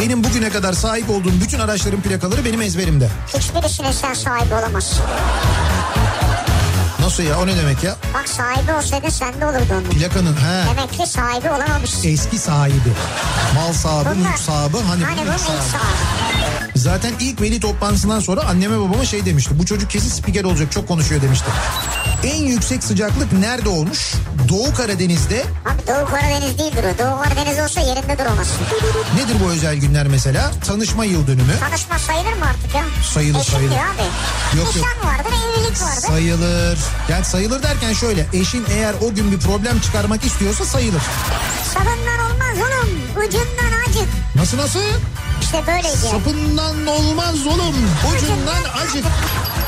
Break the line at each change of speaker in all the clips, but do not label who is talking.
Benim bugüne kadar sahip olduğum bütün araçların plakaları benim ezberimde.
Hiçbirisine sen sahip olamazsın.
Nasıl ya o ne demek ya?
Bak sahibi olsaydı sen de olurdu onun.
Plakanın he
Demek ki sahibi olamamışsın.
eski sahibi. Mal sahibi, mülk sahibi. Hani,
hani
bunun
bunun
ilk
ilk
sahibi.
sahibi.
Zaten ilk veli toplantısından sonra anneme babama şey demişti. Bu çocuk kesin spiker olacak çok konuşuyor demişti. En yüksek sıcaklık nerede olmuş? Doğu Karadeniz'de
Abi Doğu Karadeniz değil duruyor. Doğu Karadeniz olsa yerinde duramazsın.
nedir bu özel günler mesela? Tanışma yıl dönümü.
Tanışma sayılır mı artık ya?
Sayılır,
Eşim
sayılır.
diyor abi.
Yok,
Nişan
yok.
vardır, evlilik vardır.
Sayılır. Yani sayılır derken şöyle eşin eğer o gün bir problem çıkarmak istiyorsa sayılır.
Sapından olmaz oğlum. Ucundan acık.
Nasıl nasıl?
İşte böyleydi. yani.
Sapından olmaz oğlum. Ucundan acık.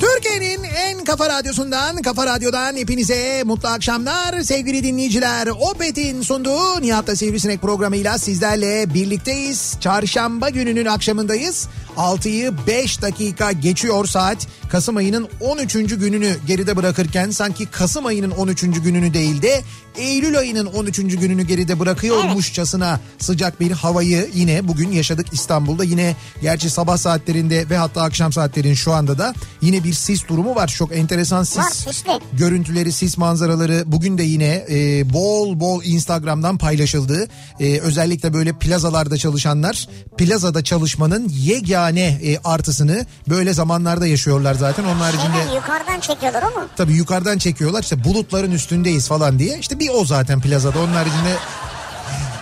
Türkiye'nin en kafa radyosundan, kafa radyodan hepinize mutlu akşamlar sevgili dinleyiciler. Opet'in sunduğu Nihat'la Sivrisinek programıyla sizlerle birlikteyiz. Çarşamba gününün akşamındayız. 6'yı 5 dakika geçiyor saat. Kasım ayının 13. gününü geride bırakırken sanki Kasım ayının 13. gününü değil de Eylül ayının 13. gününü geride bırakıyormuşçasına sıcak bir havayı yine bugün yaşadık İstanbul'da. Yine gerçi sabah saatlerinde ve hatta akşam saatlerin şu anda da yine bir sis durumu var. Çok enteresan
Var
sis
sisli.
görüntüleri, sis manzaraları bugün de yine e, bol bol Instagram'dan paylaşıldı. E, özellikle böyle plazalarda çalışanlar plazada çalışmanın yegane e, artısını böyle zamanlarda yaşıyorlar zaten. Onun haricinde...
Şeyden yukarıdan çekiyorlar o mu?
Tabii yukarıdan çekiyorlar işte bulutların üstündeyiz falan diye. İşte bir o zaten plazada onun haricinde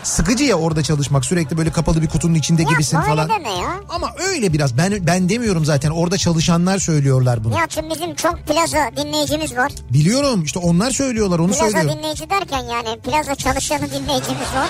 sıkıcı ya orada çalışmak sürekli böyle kapalı bir kutunun içinde gibisin
Yapma
falan.
öyle deme ya.
Ama öyle biraz ben ben demiyorum zaten orada çalışanlar söylüyorlar bunu.
Ya şimdi bizim çok plaza dinleyicimiz var.
Biliyorum işte onlar söylüyorlar onu
Plaza
söylüyorum.
dinleyici derken yani plaza çalışanı dinleyicimiz var.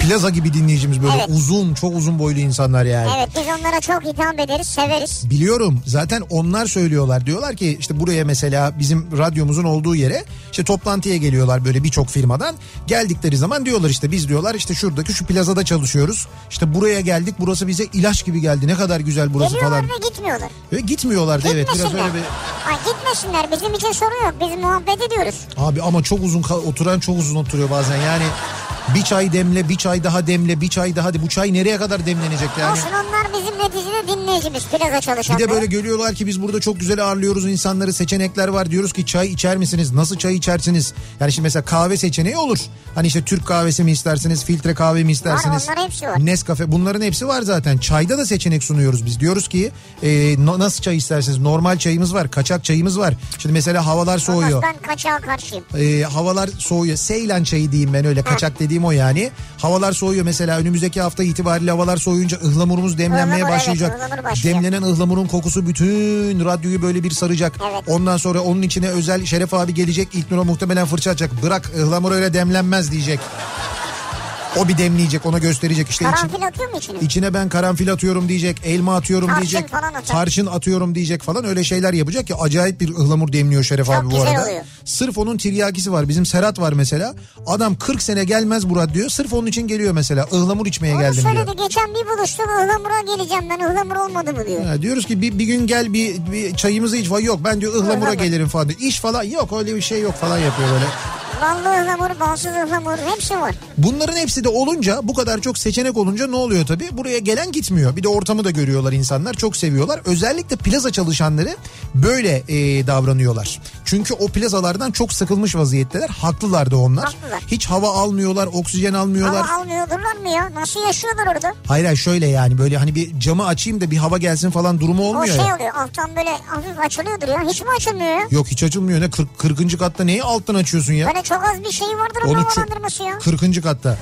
Plaza gibi dinleyicimiz böyle
Evet.
uzun çok uzun boylu insanlar yani.
Evet biz onlara çok hitap ederiz, severiz.
Biliyorum zaten onlar söylüyorlar diyorlar ki işte buraya mesela bizim radyomuzun olduğu yere işte toplantıya geliyorlar böyle birçok firmadan geldikleri zaman diyorlar işte biz diyorlar işte şuradaki şu plazada çalışıyoruz işte buraya geldik burası bize ilaç gibi geldi ne kadar güzel burası
Geliyorlar
falan
ve gitmiyorlar.
ve gitmiyorlar da evet biraz
Gitmesinler.
öyle bir
Ay gitmesinler bizim için sorun yok. Biz muhabbet ediyoruz.
abi ama çok uzun kal- oturan çok uzun oturuyor bazen yani bir çay demle bir çay daha demle bir çay daha de bu çay nereye kadar demlenecek yani.
Olsun onlar bizim neticede dinleyicimiz plaza
Bir
çalışanları.
de böyle görüyorlar ki biz burada çok güzel ağırlıyoruz insanları seçenekler var diyoruz ki çay içer misiniz nasıl çay içersiniz yani şimdi mesela kahve seçeneği olur hani işte Türk kahvesi mi istersiniz filtre kahve mi istersiniz
onların hepsi var.
Nescafe bunların hepsi var zaten çayda da seçenek sunuyoruz biz diyoruz ki e, no- nasıl çay istersiniz normal çayımız var kaçak çayımız var şimdi mesela havalar
Olmaz,
soğuyor
Ben kaçağa karşıyım.
e, havalar soğuyor. Seylan çayı diyeyim ben öyle kaçak dediğim o yani. Havalar soğuyor mesela önümüzdeki hafta itibariyle havalar soğuyunca ıhlamurumuz demlenmeye
Ihlamur, evet,
başlayacak.
ıhlamur başlıyor.
Demlenen ıhlamurun kokusu bütün radyoyu böyle bir saracak.
Evet.
Ondan sonra onun içine özel Şeref abi gelecek İlknur'a muhtemelen fırça atacak. Bırak ıhlamur öyle demlenmez diyecek. O bir demleyecek ona gösterecek işte için-
Karanfil atıyor mu içine?
İçine ben karanfil atıyorum diyecek, elma atıyorum
Tarçın
diyecek,
falan atacak.
tarçın atıyorum diyecek falan öyle şeyler yapacak ki acayip bir ıhlamur demliyor Şeref
Çok
abi bu
güzel
arada.
oluyor.
Sırf onun tiryakisi var. Bizim Serhat var mesela. Adam 40 sene gelmez Murat diyor. Sırf onun için geliyor mesela. Ihlamur içmeye
Onu
geldim diyor.
söyledi geçen bir buluştum ıhlamura geleceğim ben ıhlamur olmadı mı diyor.
Ha, diyoruz ki bir, bir gün gel bir, bir çayımızı iç. Vay Yok ben diyor ıhlamura
Ihlamur.
gelirim falan diyor. İş falan yok öyle bir şey yok falan yapıyor böyle.
ballı ıhlamur, balsız ıhlamur hepsi var.
Bunların hepsi de olunca bu kadar çok seçenek olunca ne oluyor tabii? Buraya gelen gitmiyor. Bir de ortamı da görüyorlar insanlar çok seviyorlar. Özellikle plaza çalışanları böyle e, davranıyorlar. Çünkü o plazalardan çok sıkılmış vaziyetteler. Haklılar da onlar.
Haklılar.
Hiç hava almıyorlar, oksijen almıyorlar.
Ama almıyorlar mı ya? Nasıl yaşıyorlar orada?
Hayır hayır şöyle yani böyle hani bir camı açayım da bir hava gelsin falan durumu
O
olmuyor
şey
ya.
oluyor alttan böyle hafif açılıyordur ya. Hiç mi açılmıyor ya?
Yok hiç açılmıyor ne 40. 40. katta neyi alttan açıyorsun ya?
Böyle çok az bir şey vardır ama
Onu çö-
havalandırması ya.
40. katta.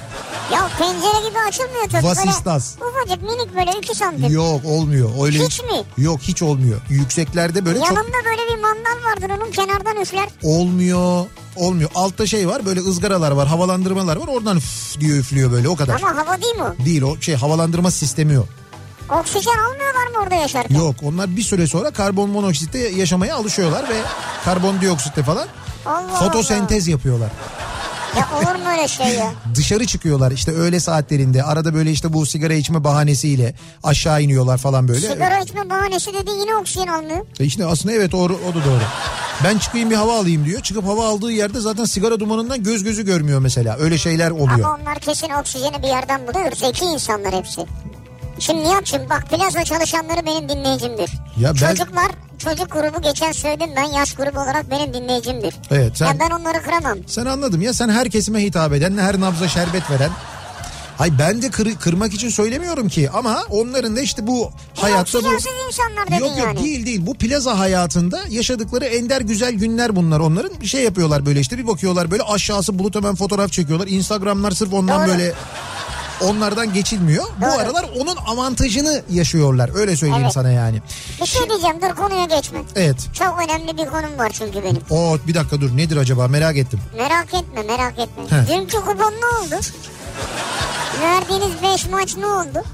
Ya pencere gibi açılmıyor tabii.
Vasistas.
Böyle ufacık minik böyle 2 santim.
Yok olmuyor. Öyle
Hiç mi?
Yok hiç olmuyor. Yükseklerde böyle çok
Yanında böyle bir mandal vardır onun kenardan üfler.
Olmuyor. Olmuyor. Altta şey var böyle ızgaralar var havalandırmalar var oradan üf diye üflüyor böyle o kadar.
Ama hava değil mi? o?
Değil o şey havalandırma sistemi o.
Oksijen almıyorlar mı orada yaşarken?
Yok onlar bir süre sonra karbon monoksitte yaşamaya alışıyorlar ve karbondioksitte falan
Allah
fotosentez yapıyorlar.
Allah. Ya olur mu öyle şey ya?
Dışarı çıkıyorlar işte öğle saatlerinde arada böyle işte bu sigara içme bahanesiyle aşağı iniyorlar falan böyle.
Sigara içme bahanesi dedi yine oksijen almıyor.
E işte aslında evet o, o da doğru. Ben çıkayım bir hava alayım diyor. Çıkıp hava aldığı yerde zaten sigara dumanından göz gözü görmüyor mesela. Öyle şeyler oluyor.
Ama onlar kesin oksijeni bir yerden buluyor. Zeki insanlar hepsi. Şimdi Nihat'cığım bak plaza çalışanları benim dinleyicimdir.
Ya ben-
Çocuklar, çocuk grubu geçen söyledim ben yaş grubu olarak benim dinleyicimdir.
Evet, sen-
Ya ben onları kıramam.
Sen anladım ya sen her kesime hitap eden her nabza şerbet veren. Hay ben de kır- kırmak için söylemiyorum ki ama onların da işte bu hayatta bu...
oksijensiz insanlar dedin
Yok yok
yani.
değil değil bu plaza hayatında yaşadıkları ender güzel günler bunlar onların. Bir şey yapıyorlar böyle işte bir bakıyorlar böyle aşağısı bulut hemen fotoğraf çekiyorlar. Instagramlar sırf ondan
Doğru.
böyle onlardan geçilmiyor. Bu
Doğru.
aralar onun avantajını yaşıyorlar öyle söyleyeyim
Evet.
sana yani.
Bir şey diyeceğim dur konuya geçme.
Evet.
Çok önemli bir konum var çünkü benim.
O bir dakika dur nedir acaba merak ettim.
Merak etme merak etme.
He.
Dünkü kupon ne oldu? Verdiğiniz 5 maç ne oldu?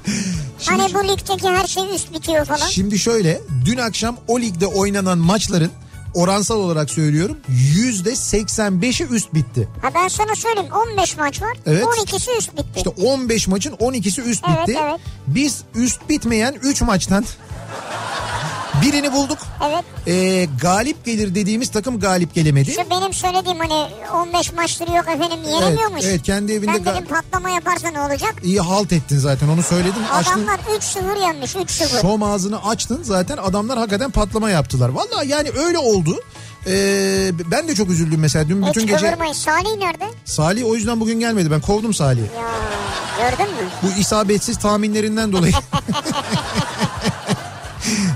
hani bu ligdeki her şey üst bitiyor falan.
Şimdi şöyle dün akşam o ligde oynanan maçların oransal olarak söylüyorum yüzde 85'i üst bitti.
Ha ben sana söyleyeyim 15 maç var.
Evet.
12'si üst bitti.
İşte 15 maçın 12'si üst
Evet,
bitti.
evet.
Biz üst bitmeyen 3 maçtan birini bulduk.
Evet.
Ee, galip gelir dediğimiz takım galip gelemedi.
Şu benim söylediğim hani 15 maçtır yok efendim yenemiyormuş.
evet, kendi evinde
Ben dedim
gal-
patlama yaparsa ne olacak?
İyi halt ettin zaten onu söyledim. Açtın,
Adamlar 3-0 yenmiş 3-0.
şom ağzını açtın zaten adamlar hakikaten patlama yaptılar. Valla yani öyle oldu. Ee, ben de çok üzüldüm mesela dün bütün
Hiç
gece.
kıvırmayın. Salih nerede?
Salih o yüzden bugün gelmedi ben kovdum Salih'i.
Ya gördün mü?
Bu isabetsiz tahminlerinden dolayı.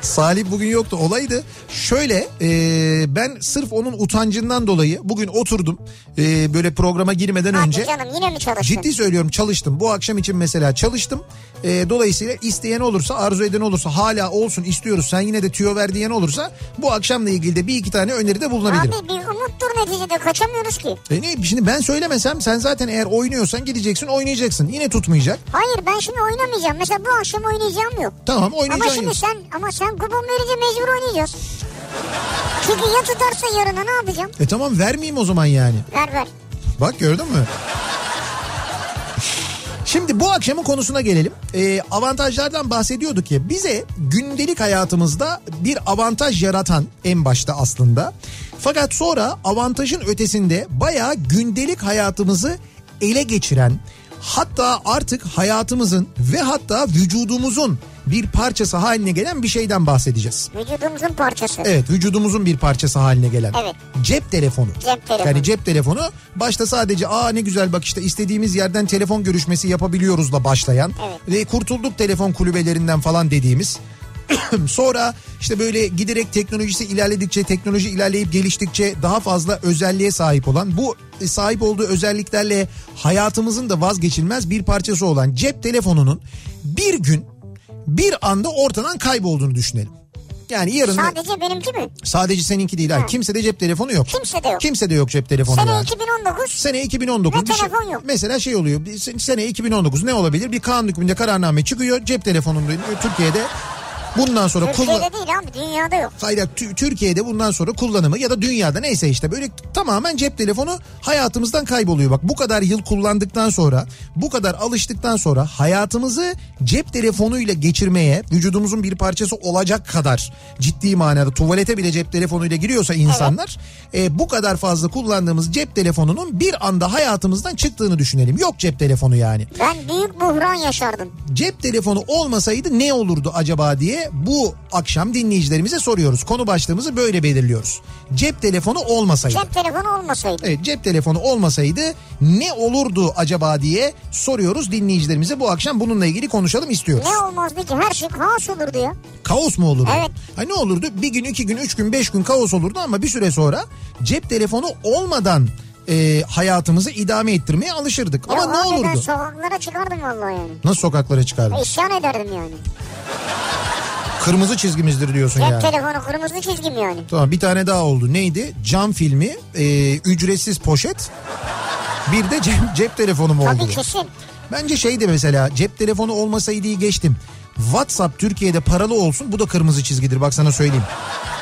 Salih bugün yoktu olaydı. Şöyle e, ben sırf onun utancından dolayı bugün oturdum e, böyle programa girmeden önce.
Hadi canım yine mi çalıştın?
Ciddi söylüyorum çalıştım. Bu akşam için mesela çalıştım. E, dolayısıyla isteyen olursa arzu eden olursa hala olsun istiyoruz sen yine de tüyo ver diyen olursa bu akşamla ilgili de bir iki tane öneride bulunabilirim.
Abi bir umuttur neticede kaçamıyoruz ki.
E ne şimdi ben söylemesem sen zaten eğer oynuyorsan gideceksin oynayacaksın yine tutmayacak.
Hayır ben şimdi oynamayacağım. Mesela bu akşam oynayacağım yok.
Tamam
Ama
oynayacaksın.
şimdi sen ama sen kupon verince mecbur oynayacağız. Çünkü ya tutarsa yarına ne yapacağım?
E tamam vermeyeyim o zaman yani.
Ver ver.
Bak gördün mü? Şimdi bu akşamın konusuna gelelim. Ee, avantajlardan bahsediyorduk ya. Bize gündelik hayatımızda bir avantaj yaratan en başta aslında. Fakat sonra avantajın ötesinde bayağı gündelik hayatımızı ele geçiren hatta artık hayatımızın ve hatta vücudumuzun bir parçası haline gelen bir şeyden bahsedeceğiz.
Vücudumuzun parçası.
Evet vücudumuzun bir parçası haline gelen.
Evet.
Cep telefonu.
Cep telefonu.
Yani cep telefonu başta sadece aa ne güzel bak işte istediğimiz yerden telefon görüşmesi yapabiliyoruzla başlayan
Evet.
ve kurtulduk telefon kulübelerinden falan dediğimiz Sonra işte böyle giderek teknolojisi ilerledikçe, teknoloji ilerleyip geliştikçe daha fazla özelliğe sahip olan bu sahip olduğu özelliklerle hayatımızın da vazgeçilmez bir parçası olan cep telefonunun bir gün bir anda ortadan kaybolduğunu düşünelim. Yani yarın
Sadece benimki mi?
sadece seninki değil. Hayır, kimse de cep telefonu yok.
Kimse de yok.
Kimse de yok cep telefonu.
Sene
yani.
2019.
Sene 2019.
Ve
bir şey-
telefon yok.
Mesela şey oluyor. bir- Sene 2019 ne olabilir? Bir kanun hükmünde kararname çıkıyor. Cep telefonunda Türkiye'de Bundan sonra kullan...
Türkiye'de değil abi dünyada yok.
Hayır ya, tü- Türkiye'de bundan sonra kullanımı ya da dünyada neyse işte böyle tamamen cep telefonu hayatımızdan kayboluyor. Bak bu kadar yıl kullandıktan sonra bu kadar alıştıktan sonra hayatımızı cep telefonuyla geçirmeye vücudumuzun bir parçası olacak kadar ciddi manada tuvalete bile cep telefonuyla giriyorsa insanlar e, bu kadar fazla kullandığımız cep telefonunun bir anda hayatımızdan çıktığını düşünelim. Yok cep telefonu yani
Ben büyük buhran yaşardım.
cep telefonu olmasaydı ne olurdu acaba diye bu akşam dinleyicilerimize soruyoruz. Konu başlığımızı böyle belirliyoruz. Cep telefonu olmasaydı.
Cep telefonu olmasaydı.
Evet cep telefonu olmasaydı ne olurdu acaba diye soruyoruz dinleyicilerimize. Bu akşam bununla ilgili konuşalım istiyoruz.
Ne olmazdı ki her şey kaos olurdu ya.
Kaos mu olurdu?
Evet.
Ha ne olurdu? Bir gün, iki gün, üç gün, beş gün kaos olurdu ama bir süre sonra cep telefonu olmadan e, hayatımızı idame ettirmeye alışırdık.
Ya
ama ne
abi Ben
olurdu?
sokaklara çıkardım vallahi yani.
Nasıl sokaklara çıkardık?
E, İsyan ederdim yani.
Kırmızı çizgimizdir diyorsun
Cep
yani.
telefonu kırmızı çizgim yani.
Tamam bir tane daha oldu. Neydi? Cam filmi, e, ücretsiz poşet. Bir de cep, cep telefonu mu oldu?
Tabii kesin.
Bence şey de mesela cep telefonu olmasaydı iyi geçtim. WhatsApp Türkiye'de paralı olsun bu da kırmızı çizgidir bak sana söyleyeyim.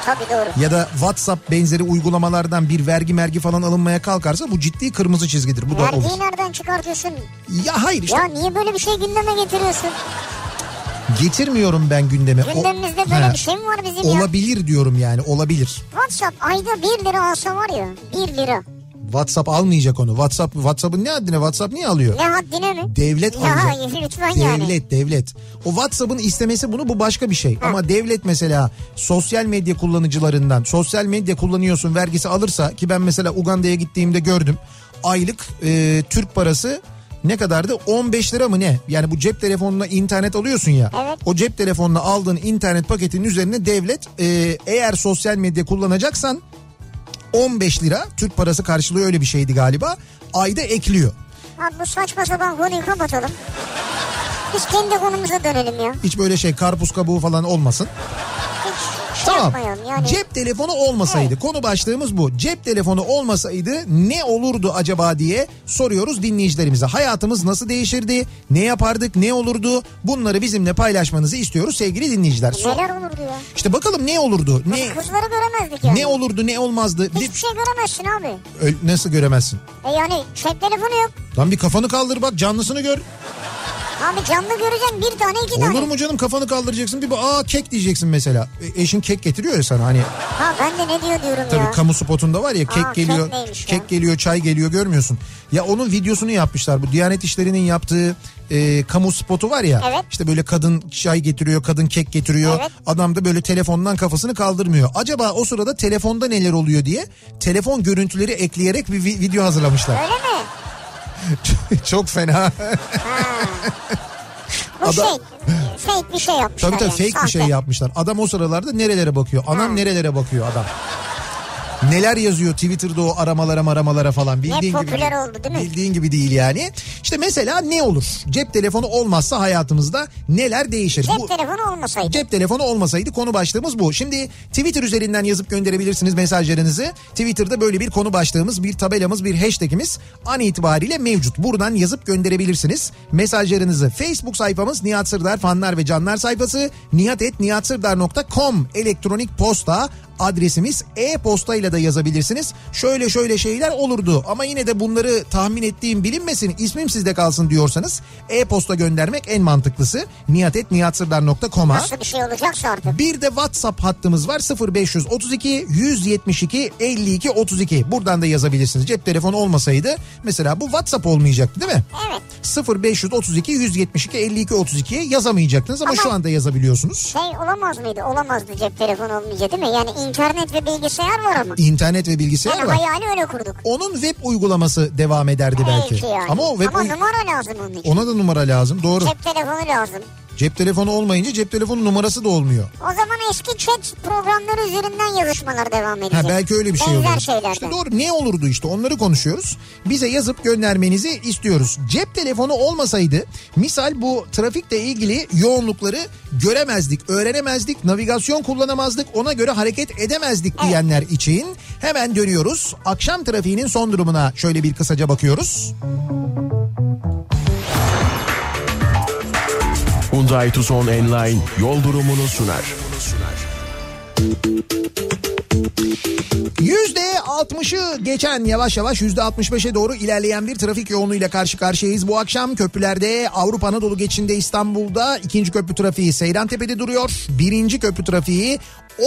Tabii doğru.
Ya da WhatsApp benzeri uygulamalardan bir vergi mergi falan alınmaya kalkarsa bu ciddi kırmızı çizgidir. Bu da olur.
Vergiyi nereden çıkartıyorsun?
Ya hayır işte
Ya niye böyle bir şey gündeme getiriyorsun?
getirmiyorum ben gündeme. O-
Gündemimizde böyle
He.
bir şey mi var bizim ya?
Olabilir diyorum yani olabilir.
WhatsApp ayda 1 lira alsa var ya 1 lira.
WhatsApp almayacak onu. WhatsApp WhatsApp'ın ne haddine WhatsApp niye alıyor?
Ne haddine mi?
Devlet
ya,
alacak.
hayır, lütfen
devlet,
yani.
devlet. O WhatsApp'ın istemesi bunu bu başka bir şey. Ama devlet mesela sosyal medya kullanıcılarından sosyal medya kullanıyorsun vergisi alırsa ki ben mesela Uganda'ya gittiğimde gördüm. Aylık e, Türk parası ne kadardı? 15 lira mı ne? Yani bu cep telefonuna internet alıyorsun ya.
Evet.
O cep telefonuna aldığın internet paketinin üzerine devlet e, eğer sosyal medya kullanacaksan 15 lira Türk parası karşılığı öyle bir şeydi galiba. Ayda ekliyor.
Abi bu saçma sapan konuyu kapatalım. Biz kendi konumuza dönelim ya.
Hiç böyle şey karpuz kabuğu falan olmasın.
Hiç şey
Tamam.
yapmayalım yani.
Cep telefonu olmasaydı. Konu başlığımız bu. Cep telefonu olmasaydı ne olurdu acaba diye soruyoruz dinleyicilerimize. Hayatımız nasıl değişirdi? Ne yapardık? Ne olurdu? Bunları bizimle paylaşmanızı istiyoruz sevgili dinleyiciler. So-
Neler olurdu ya?
İşte bakalım ne olurdu? Ne
Kızları göremezdik yani.
ne olurdu? Ne olmazdı? Bir-
Hiçbir şey göremezsin abi.
Ö- nasıl göremezsin?
E yani cep telefonu yok.
Lan bir kafanı kaldır bak canlısını gör.
Abi canlı göreceksin bir tane iki tane.
Olur mu canım kafanı kaldıracaksın bir bak, aa kek diyeceksin mesela. E, eşin kek getiriyor ya sana hani
Ha ben de ne diyor diyorum
Tabii
ya.
kamu spotunda var ya kek
Aa, kek
geliyor,
neymiş
kek,
ya?
geliyor, çay geliyor görmüyorsun. Ya onun videosunu yapmışlar bu Diyanet İşleri'nin yaptığı e, kamu spotu var ya.
Evet.
İşte böyle kadın çay getiriyor, kadın kek getiriyor.
Evet.
Adam da böyle telefondan kafasını kaldırmıyor. Acaba o sırada telefonda neler oluyor diye telefon görüntüleri ekleyerek bir vi- video hazırlamışlar.
Öyle mi?
Çok fena.
Bu
Adam-
şey fake bir şey yapmışlar.
tabii tabii
yani,
fake bir şey
sahte.
yapmışlar. Adam o sıralarda nerelere bakıyor? Anam nerelere bakıyor adam? Neler yazıyor Twitter'da o aramalara maramalara falan bildiğin gibi.
popüler oldu değil mi?
Bildiğin gibi değil yani. İşte mesela ne olur? Cep telefonu olmazsa hayatımızda neler değişir?
Cep
Bu-
telefonu olmasaydı.
Cep telefonu olmasaydı konu başlığımız bu. Şimdi Twitter üzerinden yazıp gönderebilirsiniz mesajlarınızı. Twitter'da böyle bir konu başlığımız, bir tabelamız, bir hashtagimiz an itibariyle mevcut. Buradan yazıp gönderebilirsiniz mesajlarınızı. Facebook sayfamız Nihat Sırdar fanlar ve canlar sayfası nihatetnihatsırdar.com elektronik posta adresimiz e-postayla da yazabilirsiniz. Şöyle şöyle şeyler olurdu ama yine de bunları tahmin ettiğim bilinmesin ismim sizde kalsın diyorsanız e-posta göndermek en mantıklısı. nihatetnihatsırdar.com'a
Nasıl bir şey olacaksa artık.
bir de WhatsApp hattımız var 0532 172 52 32. Buradan da yazabilirsiniz. Cep telefonu olmasaydı mesela bu WhatsApp olmayacaktı değil mi?
Evet.
0532 172 52 32 yazamayacaktınız ama,
Ama-
şu anda yazabiliyorsunuz.
Şey olamaz mıydı? Olamazdı cep telefonu olmayınca değil mi? Yani internet ve bilgisayar var ama.
İnternet ve bilgisayar
Yani
var.
hayali öyle kurduk.
Onun web uygulaması devam ederdi belki.
Belki yani.
Ama o web uy-
numara lazım onun için.
ona da numara lazım. Doğru.
Cep telefonu lazım.
Cep telefonu olmayınca cep telefonu numarası da olmuyor.
O zaman eski chat programları üzerinden yazışmalar devam edecek.
Ha, belki öyle bir şey
Benzer
olur.
şeylerden.
İşte doğru ne olurdu işte onları konuşuyoruz. Bize yazıp göndermenizi istiyoruz. Cep telefonu olmasaydı misal bu trafikle ilgili yoğunlukları göremezdik, öğrenemezdik, navigasyon kullanamazdık, ona göre hareket edemezdik diyenler için hemen dönüyoruz. Akşam trafiğinin son durumuna şöyle bir kısaca bakıyoruz.
Un Hyundai Tucson Enline yol durumunu sunar.
%60'ı geçen yavaş yavaş %65'e doğru ilerleyen bir trafik yoğunluğuyla karşı karşıyayız. Bu akşam köprülerde Avrupa Anadolu geçinde İstanbul'da ikinci köprü trafiği Seyrantepe'de duruyor. Birinci köprü trafiği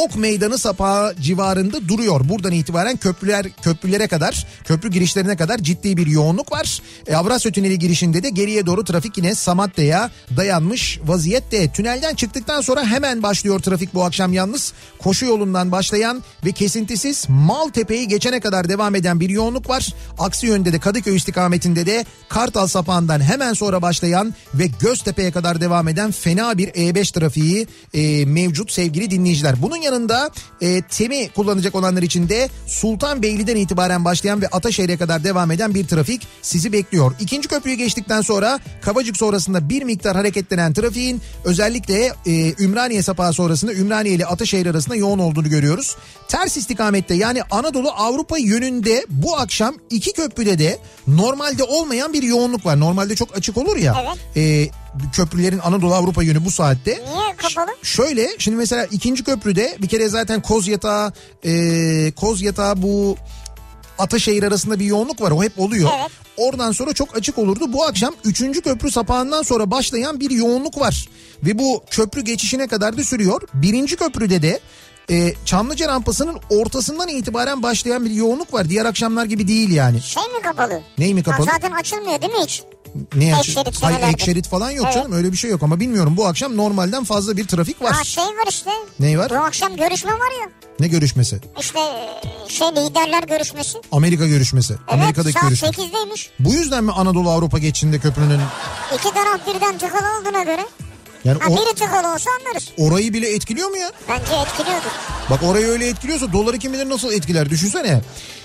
Ok Meydanı sapağı civarında duruyor. Buradan itibaren köprüler köprülere kadar, köprü girişlerine kadar ciddi bir yoğunluk var. E, Avrasya Tüneli girişinde de geriye doğru trafik yine Samatya'ya dayanmış vaziyette. Tünelden çıktıktan sonra hemen başlıyor trafik bu akşam yalnız. Koşu yolundan başlayan ve kesintisiz Maltepe'yi geçene kadar devam eden bir yoğunluk var. Aksi yönde de Kadıköy istikametinde de Kartal sapağından hemen sonra başlayan ve Göztepe'ye kadar devam eden fena bir E5 trafiği e, mevcut sevgili dinleyiciler. Bunun yanında e, TEM'i kullanacak olanlar için de Sultanbeyli'den itibaren başlayan ve Ataşehir'e kadar devam eden bir trafik sizi bekliyor. İkinci köprüyü geçtikten sonra Kabacık sonrasında bir miktar hareketlenen trafiğin özellikle e, Ümraniye sapağı sonrasında Ümraniye ile Ataşehir arasında yoğun olduğunu görüyoruz. Ters istikamette yani Anadolu Avrupa yönünde bu akşam iki köprüde de normalde olmayan bir yoğunluk var. Normalde çok açık olur ya. E, köprülerin Anadolu Avrupa yönü bu saatte.
Niye kapalı?
Şöyle şimdi mesela ikinci köprüde bir kere zaten Koz Yatağı, e, Koz Yatağı bu Ataşehir arasında bir yoğunluk var o hep oluyor.
Evet.
Oradan sonra çok açık olurdu. Bu akşam 3. köprü sapağından sonra başlayan bir yoğunluk var. Ve bu köprü geçişine kadar da sürüyor. 1. köprüde de e, Çamlıca rampasının ortasından itibaren başlayan bir yoğunluk var. Diğer akşamlar gibi değil yani.
Şey mi kapalı?
Ney mi kapalı?
Ha, zaten açılmıyor değil mi hiç?
Ne
Ek şerit
Hayır
genelde.
ek şerit falan yok
Evet.
canım öyle bir şey yok ama bilmiyorum bu akşam normalden fazla bir trafik var.
Ha şey var işte.
Ney var?
Bu akşam görüşme var ya.
Ne görüşmesi?
İşte e, şey liderler görüşmesi.
Amerika görüşmesi. Amerika'daki
evet
görüşme.
saat 8'deymiş.
Bu yüzden mi Anadolu Avrupa geçişinde köprünün
İki taraf birden tıkalı olduğuna göre.
yani
Ha,
o-
biri tıkalı olsa anlarız.
orayı bile etkiliyor mu ya?
Bence etkiliyordur.
Bak orayı öyle etkiliyorsa doları kim bilir nasıl etkiler düşünsene.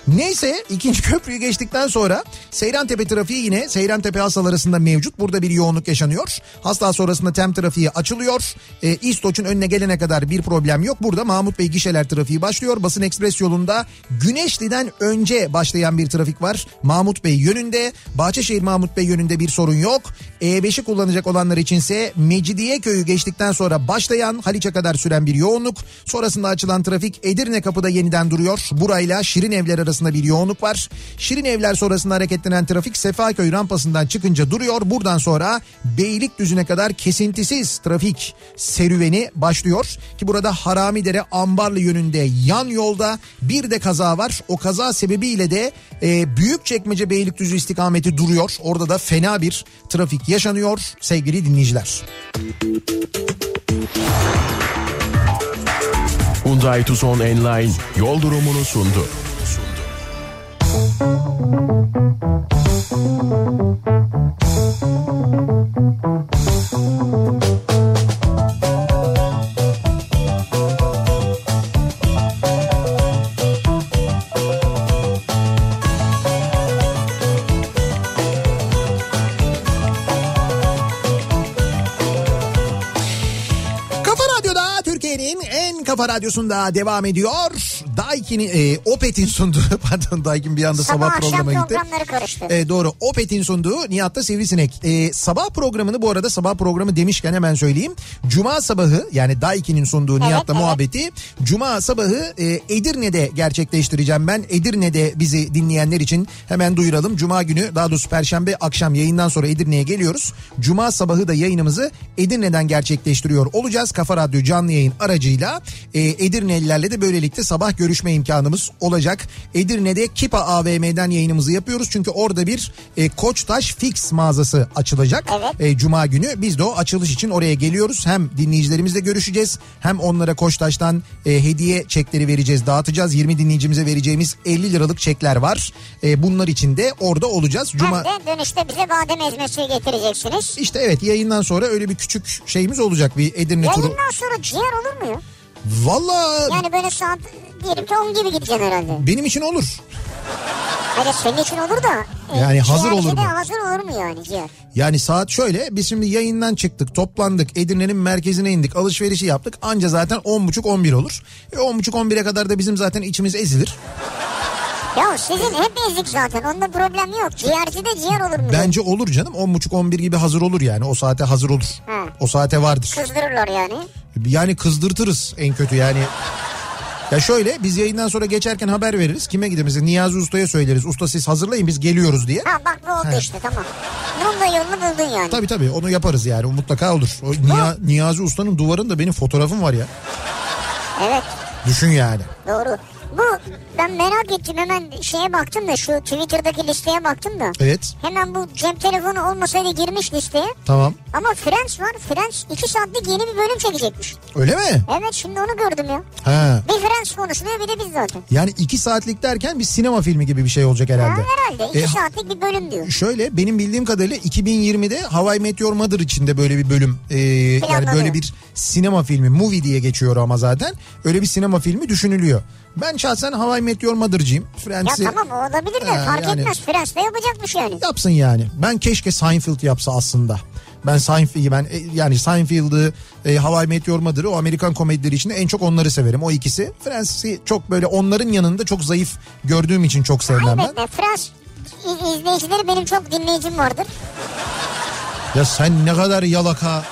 Neyse ikinci köprüyü geçtikten sonra Seyrantepe trafiği yine Seyrantepe Hasal arasında mevcut. Burada bir yoğunluk yaşanıyor. Hastal sonrasında tem trafiği açılıyor. E, İstoç'un önüne gelene kadar bir problem yok. Burada Mahmut Bey gişeler trafiği başlıyor. Basın Ekspres yolunda Güneşli'den önce başlayan bir trafik var. Mahmut Bey yönünde Bahçeşehir Mahmut Bey yönünde bir sorun yok. E5'i kullanacak olanlar içinse Mecidiye köyü geçtikten sonra başlayan Haliç'e kadar süren bir yoğunluk. Sonrasında açılan trafik Edirne kapıda yeniden duruyor. Burayla Şirin Evler arasında bir yoğunluk var. Şirin Evler sonrasında hareketlenen trafik Sefaköy rampasından çıkınca duruyor. Buradan sonra Beylikdüzü'ne kadar kesintisiz trafik serüveni başlıyor. Ki burada Haramidere Ambarlı yönünde yan yolda bir de kaza var. O kaza sebebiyle de e, Büyükçekmece Beylikdüzü istikameti duruyor. Orada da fena bir trafik yaşanıyor sevgili dinleyiciler.
Hyundai Tucson Enline yol durumunu sundu.
Kafa Radyo'da Türkiye'nin en kafa radyosunda devam ediyor. Daikin'in, e, Opet'in sunduğu, pardon Daikin bir anda sabah,
Sabah akşam
programa gitti.
programları karıştı.
E, doğru. Opet'in sunduğu Nihat'ta Sivrisinek. E, sabah programını bu arada sabah programı demişken hemen söyleyeyim. Cuma sabahı yani Daiki'nin sunduğu Nihat'la
evet.
muhabbeti. Cuma sabahı e, Edirne'de gerçekleştireceğim ben. Edirne'de bizi dinleyenler için hemen duyuralım. Cuma günü daha doğrusu Perşembe akşam yayından sonra Edirne'ye geliyoruz. Cuma sabahı da yayınımızı Edirne'den gerçekleştiriyor olacağız. Kafa Radyo canlı yayın aracıyla e, Edirne'lilerle de böylelikle sabah görüşme imkanımız olacak. Edirne'de Kipa AVM'den yayınımızı yapıyoruz. Çünkü orada bir e, Koçtaş Fix mağazası açılacak. E, Cuma günü biz de o açılış için oraya geliyoruz. Hem dinleyicilerimizle görüşeceğiz hem onlara Koçtaş'tan e, hediye çekleri vereceğiz, dağıtacağız. 20 dinleyicimize vereceğimiz 50 liralık çekler var. E, bunlar için de orada olacağız. Cuma...
Hem de dönüşte bize badem ezmesi getireceksiniz.
İşte evet yayından sonra öyle bir küçük şeyimiz olacak bir Edirne turu.
Yayından sonra ciğer olur mu ya?
Valla
Yani böyle saat diyelim ki 10 gibi gideceksin herhalde.
benim için olur.
Hayır senin için olur da. e,
Yani hazır
ciğerci
olur
de
mu?
Hazır olur mu yani ciğer?
Yani saat şöyle biz şimdi yayından çıktık toplandık Edirne'nin merkezine indik alışverişi yaptık anca zaten 10.30-11 olur. E 10.30-11'e kadar da bizim zaten içimiz ezilir.
Ya sizin hep ezik zaten. Onda problem yok. Ciğerci de ciğer olur mu?
Bence olur canım. 10.30-11 gibi hazır olur yani. O saate hazır olur.
Hı.
O saate vardır.
Kızdırırlar yani.
Yani kızdırtırız en kötü yani. Ya şöyle biz yayından sonra geçerken haber veririz. Kime gideriz? Niyazi Usta'ya söyleriz. Usta siz hazırlayın biz geliyoruz diye.
Ha bak bu oldu
He.
işte tamam. Bunun da yolunu buldun yani.
Tabii tabii onu yaparız yani o mutlaka olur. O Niya- Niyazi Usta'nın duvarında benim fotoğrafım var ya.
Evet
Düşün yani.
doğru. Bu ben merak ettim hemen şeye baktım da şu Twitter'daki listeye baktım da.
Evet
Hemen bu cep telefonu olmasaydı girmiş listeye.
tamam
Ama Friends var. Friends 2 saatlik yeni bir bölüm çekecekmiş.
öyle mi?
Evet şimdi onu gördüm ya.
Ha.
Bir Friends konuşuluyor bir de biz zaten.
Yani iki saatlik derken bir sinema filmi gibi bir şey olacak
Ha,
herhalde.
herhalde 2
E,
saatlik bir bölüm diyor.
Şöyle benim bildiğim kadarıyla 2020'de Hawaii Meteor Mother için de böyle bir bölüm e, yani
Planlanıyor.
böyle bir sinema filmi movie diye geçiyor ama zaten öyle bir sinema filmi düşünülüyor. Ben şahsen Hawaii Meteor Mother'cıyım.
Ya
Friends'i
tamam o olabilir de
Ha,
fark
yani-
etmez. Friends de yapacakmış yani.
yapsın yani. Ben keşke Seinfeld yapsa aslında. Ben Seinfeld ben e, yani Seinfeld'ı, e, Hawaii Meteor Mother'ı o Amerikan komedileri içinde en çok onları severim. O ikisi. Friends'i çok böyle onların yanında çok zayıf gördüğüm için çok sevmem ben.
Elbette e, Friends i- izleyicileri benim çok dinleyicim vardır.
Ya sen ne kadar yalaka.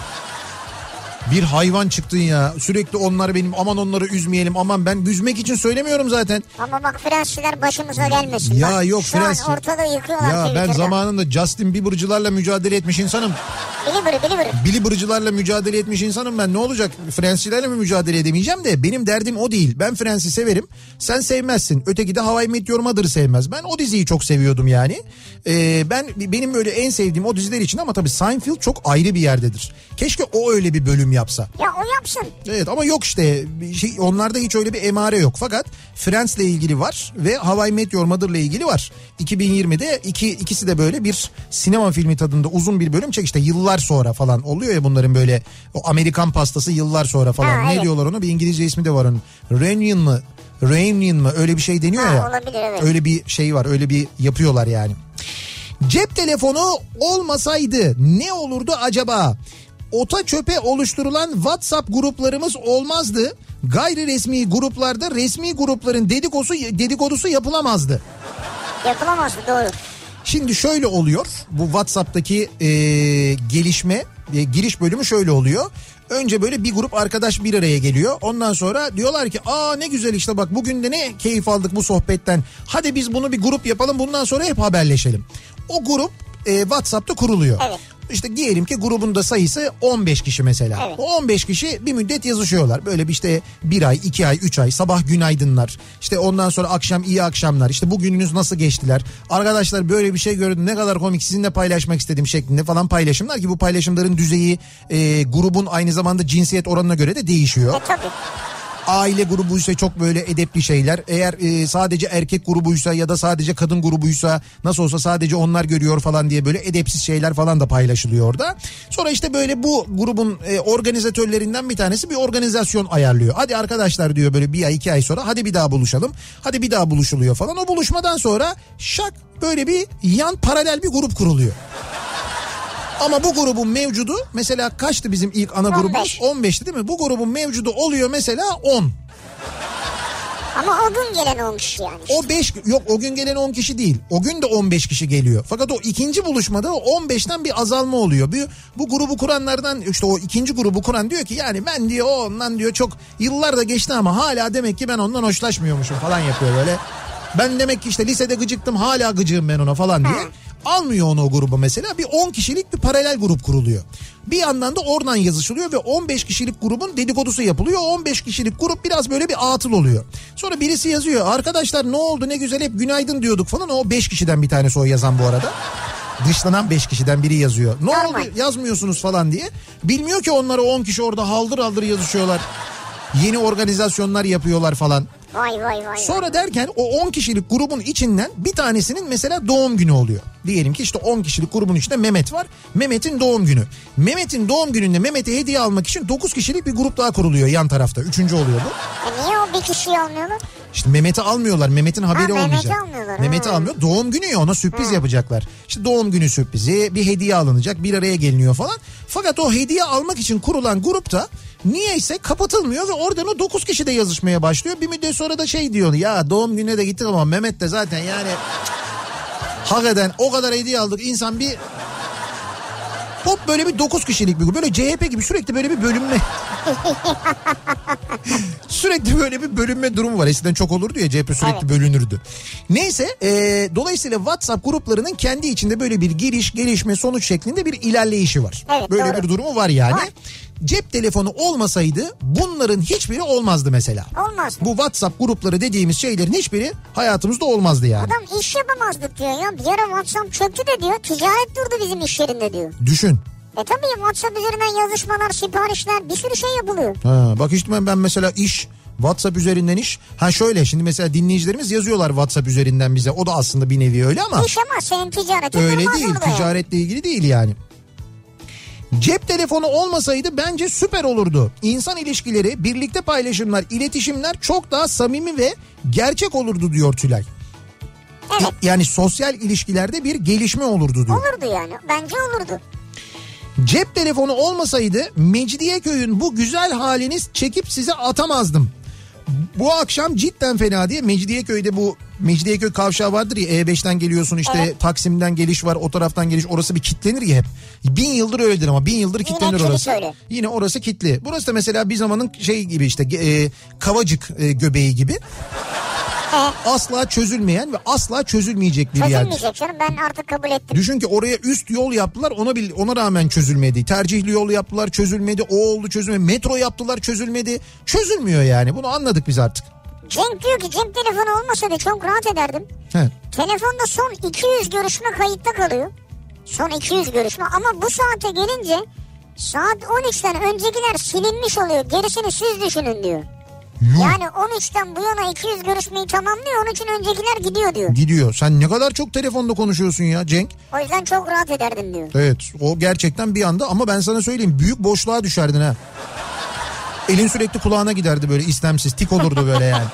Bir hayvan çıktın ya. Sürekli onlar benim aman onları üzmeyelim aman ben üzmek için söylemiyorum zaten.
Ama bak Fransızlar başımıza gelmesin.
Ya
Bak,
yok
Şu
Fransız.
an ortalığı yıkıyorlar
Ya ben
Twitter'da.
zamanında Justin Bieber'cılarla mücadele etmiş insanım.
Bilibiri bilibiri.
Billy Bieber'cılarla mücadele etmiş insanım ben. Ne olacak? Fransızlarla mı mücadele edemeyeceğim de benim derdim o değil. Ben Fransız'ı severim. Sen sevmezsin. Öteki de Hawaii Meteor Mother'ı sevmez. Ben o diziyi çok seviyordum yani. Ee, ben benim böyle en sevdiğim o diziler için ama tabii Seinfeld çok ayrı bir yerdedir. Keşke o öyle bir bölüm yapsa.
Ya o yapsın.
Evet ama yok işte Bir şey, onlarda hiç öyle bir emare yok. Fakat Friends'le ilgili var ve Hawaii Meteor Mother'la ilgili var. 2020'de iki, ikisi de böyle bir sinema filmi tadında uzun bir bölüm çek işte yıllar sonra falan oluyor ya bunların böyle o Amerikan pastası yıllar sonra falan.
Ha,
ne
evet.
diyorlar ona bir İngilizce ismi de var onun. Reunion mı? Reunion mı? Öyle bir şey deniyor
Ha,
ya.
olabilir, evet.
Öyle bir şey var öyle bir yapıyorlar yani. Cep telefonu olmasaydı ne olurdu acaba? Ota çöpe oluşturulan WhatsApp gruplarımız olmazdı. Gayri resmi gruplarda resmi grupların dedikosu dedikodusu yapılamazdı.
Yapılamaz doğru.
Şimdi şöyle oluyor bu WhatsApp'taki e, gelişme e, giriş bölümü şöyle oluyor. Önce böyle bir grup arkadaş bir araya geliyor. Ondan sonra diyorlar ki aa ne güzel işte bak bugün de ne keyif aldık bu sohbetten. Hadi biz bunu bir grup yapalım bundan sonra hep haberleşelim. O grup e, WhatsApp'ta kuruluyor.
Evet.
İşte diyelim ki grubun da sayısı 15 kişi mesela.
Evet.
O 15 kişi bir müddet yazışıyorlar. Böyle bir işte bir ay, iki ay, üç ay sabah günaydınlar. İşte ondan sonra akşam iyi akşamlar. İşte bugününüz nasıl geçtiler? Arkadaşlar böyle bir şey gördüm ne kadar komik sizinle paylaşmak istedim şeklinde falan paylaşımlar ki bu paylaşımların düzeyi e, grubun aynı zamanda cinsiyet oranına göre de değişiyor
E tabii.
aile grubuysa çok böyle edepli şeyler. Eğer e, sadece erkek grubuysa ya da sadece kadın grubuysa nasıl olsa sadece onlar görüyor falan diye böyle edepsiz şeyler falan da paylaşılıyor orada. Sonra işte böyle bu grubun e, organizatörlerinden bir tanesi bir organizasyon ayarlıyor. Hadi arkadaşlar diyor böyle bir ay iki ay sonra hadi bir daha buluşalım. Hadi bir daha buluşuluyor falan. O buluşmadan sonra şak böyle bir yan paralel bir grup kuruluyor. Ama bu grubun mevcudu mesela kaçtı bizim ilk ana grubumuz?
15.
15'ti değil mi? Bu grubun mevcudu oluyor mesela 10.
Ama o gün gelen olmuş yani.
O 5 yok o gün gelen 10 kişi değil. O gün de 15 kişi geliyor. Fakat o ikinci buluşmada o 15'ten bir azalma oluyor. Bu, bu grubu kuranlardan işte o ikinci grubu kuran diyor ki yani ben diyor o ondan diyor çok yıllar da geçti ama hala demek ki ben ondan hoşlaşmıyormuşum falan yapıyor böyle. Ben demek ki işte lisede gıcıktım hala gıcığım ben ona falan diye. Almıyor onu o gruba mesela bir 10 kişilik bir paralel grup kuruluyor. Bir yandan da oradan yazışılıyor ve 15 kişilik grubun dedikodusu yapılıyor. O 15 kişilik grup biraz böyle bir atıl oluyor. Sonra birisi yazıyor arkadaşlar ne oldu ne güzel hep günaydın diyorduk falan. O 5 kişiden bir tanesi o yazan bu arada. Dışlanan 5 kişiden biri yazıyor. Ne
Normal.
oldu yazmıyorsunuz falan diye. Bilmiyor ki onlara 10 kişi orada haldır haldır yazışıyorlar. Yeni organizasyonlar yapıyorlar falan.
Vay vay vay.
Sonra derken o 10 kişilik grubun içinden bir tanesinin mesela doğum günü oluyor. Diyelim ki işte 10 kişilik grubun içinde Mehmet var. Mehmet'in doğum günü. Mehmet'in doğum gününde Mehmet'e hediye almak için 9 kişilik bir grup daha kuruluyor yan tarafta. Üçüncü oluyor bu.
E niye o bir kişiyi almıyorlar?
İşte Mehmet'i almıyorlar. Mehmet'in haberi
Mehmet'i
olmayacak.
almıyorlar,
Mehmet'i
ha.
almıyor. Doğum günü ya ona sürpriz yapacaklar. İşte doğum günü sürprizi bir hediye alınacak bir araya geliniyor falan. Fakat o hediye almak için kurulan grupta Niyeyse kapatılmıyor ve oradan o 9 kişi de yazışmaya başlıyor. Bir müddet sonra da şey diyor ya doğum gününe de gittik ama Mehmet de zaten yani hak eden o kadar hediye aldık insan bir Hop böyle bir 9 kişilik bir grup. Böyle CHP gibi sürekli böyle bir bölünme. sürekli böyle bir bölünme durumu var. Eskiden çok olurdu ya CHP sürekli
Evet.
bölünürdü. Neyse e, dolayısıyla WhatsApp gruplarının kendi içinde böyle bir giriş, gelişme, sonuç şeklinde bir ilerleyişi var.
Evet,
böyle
doğru.
bir durumu var yani.
Var.
Cep telefonu olmasaydı bunların hiçbiri olmazdı mesela.
Olmaz.
Bu WhatsApp grupları dediğimiz şeylerin hiçbiri hayatımızda olmazdı yani.
Adam iş yapamazdık diyor ya. Bir ara WhatsApp çöktü de diyor. Ticaret durdu bizim iş yerinde diyor.
Düşün.
E tabii WhatsApp üzerinden yazışmalar, siparişler bir sürü şey yapılıyor.
Ha, bak işte ben, ben mesela iş WhatsApp üzerinden iş. Ha şöyle şimdi mesela dinleyicilerimiz yazıyorlar WhatsApp üzerinden bize. O da aslında bir nevi öyle ama
İş ama senin ticaretin
öyle
durmaz
değil.
orada yani.
Ticaretle ilgili değil yani. Cep telefonu olmasaydı bence süper olurdu. İnsan ilişkileri, birlikte paylaşımlar, iletişimler çok daha samimi ve gerçek olurdu diyor Tülay.
Evet.
Yani sosyal ilişkilerde bir gelişme olurdu diyor.
Olurdu yani. Bence olurdu.
Cep telefonu olmasaydı Mecidiyeköy'ün bu güzel haliniz çekip size atamazdım. Bu akşam cidden fena diye Mecidiyeköy'de bu Mecidiyeköy kavşağı vardır ya E5'ten geliyorsun işte Taksim'den geliş var o taraftan geliş orası bir kitlenir ya hep. Bin yıldır öyledir ama bin yıldır kitlenir
kilit
orası.
öyle.
Yine orası kitli. Burası da mesela bir zamanın şey gibi işte e, kavacık e, göbeği gibi. Asla çözülmeyen ve asla çözülmeyecek bir yerdir.
Çözülmeyecek canım. Ben artık kabul ettim.
Düşün ki oraya üst yol yaptılar ona bil, ona rağmen çözülmedi. Tercihli yol yaptılar çözülmedi. O oldu çözülmedi. Metro yaptılar çözülmedi. Çözülmüyor yani bunu anladık biz artık.
Cenk diyor ki cep telefonu olmasaydı çok rahat ederdim.
He.
Telefonda son 200 görüşme kayıtta kalıyor. Son 200 görüşme ama bu saate gelince saat 13'ten öncekiler silinmiş oluyor. Gerisini siz düşünün diyor. Yani 13'ten bu yana 200 görüşmeyi tamamlıyor. Onun için öncekiler gidiyor diyor.
Gidiyor. Sen ne kadar çok telefonda konuşuyorsun ya Cenk.
O yüzden çok rahat ederdim diyor.
Evet o gerçekten bir anda ama ben sana söyleyeyim büyük boşluğa düşerdin ha. Elin sürekli kulağına giderdi böyle istemsiz tik olurdu böyle yani.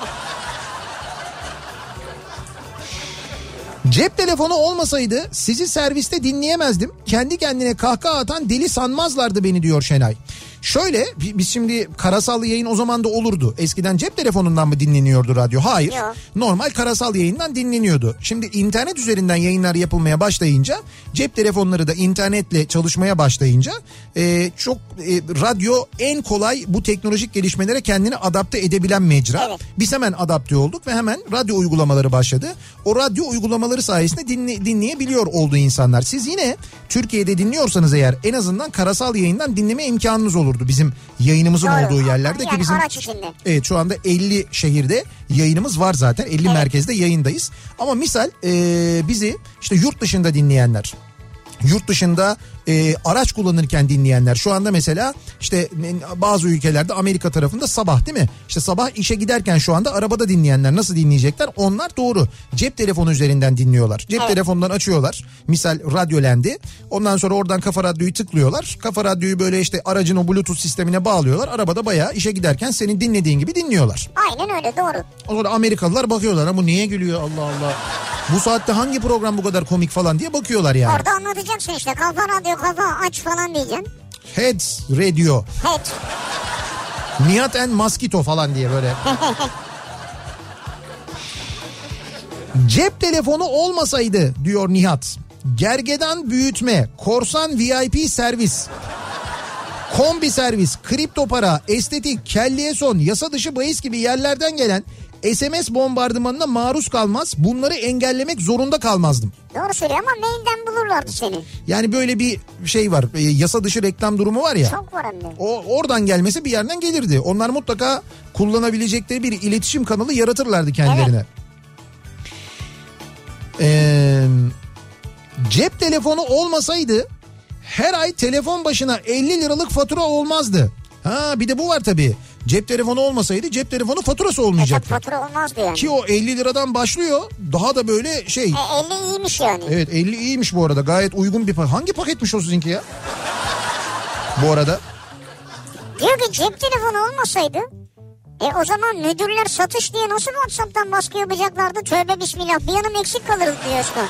Cep telefonu olmasaydı sizi serviste dinleyemezdim. Kendi kendine kahkaha atan deli sanmazlardı beni diyor Şenay. Şöyle bi- biz şimdi karasal yayın o zaman da olurdu. Eskiden cep telefonundan mı dinleniyordu radyo? Hayır.
Yok.
Normal karasal yayından dinleniyordu. Şimdi internet üzerinden yayınlar yapılmaya başlayınca cep telefonları da internetle çalışmaya başlayınca e, çok e, radyo en kolay bu teknolojik gelişmelere kendini adapte edebilen mecra.
Evet.
Biz hemen adapte olduk ve hemen radyo uygulamaları başladı. O radyo uygulamaları sayesinde dinle- dinleyebiliyor oldu insanlar. Siz yine Türkiye'de dinliyorsanız eğer en azından karasal yayından dinleme imkanınız olurdu bizim yayınımızın
Doğru.
olduğu yerlerde ki
Yani
bizim
araç içinde.
Evet şu anda 50 şehirde yayınımız var zaten. 50 merkezde yayındayız. Ama misal e, bizi işte yurt dışında dinleyenler yurt dışında e, araç kullanırken dinleyenler şu anda mesela işte e, bazı ülkelerde Amerika tarafında sabah değil mi? İşte sabah işe giderken şu anda arabada dinleyenler nasıl dinleyecekler? Onlar doğru. Cep telefonu üzerinden dinliyorlar. Cep telefonundan açıyorlar. Misal radyolendi. Ondan sonra oradan kafa radyoyu tıklıyorlar. Kafa radyoyu böyle işte aracın o bluetooth sistemine bağlıyorlar. Arabada bayağı işe giderken senin dinlediğin gibi dinliyorlar.
Aynen öyle doğru.
O Sonra Amerikalılar bakıyorlar ama bu niye gülüyor Allah Allah. Bu saatte hangi program bu kadar komik falan diye bakıyorlar yani.
Orada anlatacaksın işte kafa radyo kafa aç falan diyeceksin.
Heads Radio,
Evet.
Nihat en Maskito falan diye böyle. Cep telefonu olmasaydı diyor Nihat. Gergedan büyütme, korsan VIP servis, kombi servis, kripto para, estetik, kelleye son, yasa dışı bahis gibi yerlerden gelen SMS bombardımanına maruz kalmaz, bunları engellemek zorunda kalmazdım.
Doğru söylüyor ama mailden bulurlardı seni.
Yani böyle bir şey var, e, yasa dışı reklam durumu var ya.
Çok var hem de.
O oradan gelmesi bir yerden gelirdi. Onlar mutlaka kullanabilecekleri bir iletişim kanalı yaratırlardı kendilerine. Ee, cep telefonu olmasaydı her ay telefon başına 50 liralık fatura olmazdı. Ha bir de bu var tabii. Cep telefonu olmasaydı cep telefonu faturası
E tabii
olmayacaktı.
fatura olmazdı yani.
Ki o 50 liradan başlıyor. Daha da böyle şey.
E, 50 iyiymiş yani.
Evet 50 iyiymiş bu arada. Gayet uygun bir paket. Hangi paketmiş o sizinki ya? Bu arada.
Diyor ki cep telefonu olmasaydı e o zaman müdürler satış diye nasıl WhatsApp'tan baskı yapacaklardı? Tövbe bismillah bir yanım eksik kalırdı diyor Özkan.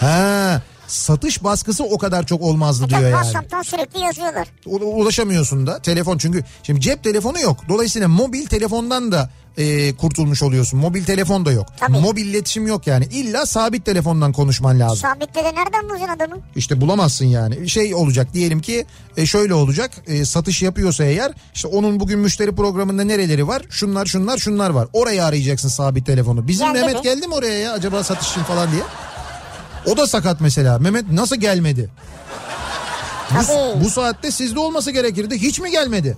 Ha satış baskısı o kadar çok olmazdı diyor
Tabii
yani.
WhatsApp'tan sürekli yazıyorlar.
U- ulaşamıyorsun da telefon çünkü şimdi cep telefonu yok. Dolayısıyla mobil telefondan da e, kurtulmuş oluyorsun. Mobil telefon da yok.
Tabii.
Mobil iletişim yok yani. İlla sabit telefondan konuşman lazım.
Sabitte de nereden bulacaksın adamı?
İşte bulamazsın yani. Şey olacak diyelim ki e, şöyle olacak. e, satış yapıyorsa eğer işte onun bugün müşteri programında nereleri var? Şunlar şunlar şunlar var. Orayı arayacaksın sabit telefonu. Bizim
Geldi
Mehmet
mi?
geldi mi oraya ya acaba satış için falan diye. O da sakat mesela. Mehmet nasıl gelmedi? Bu,
Tabii.
bu saatte sizde olması gerekirdi. Hiç mi gelmedi?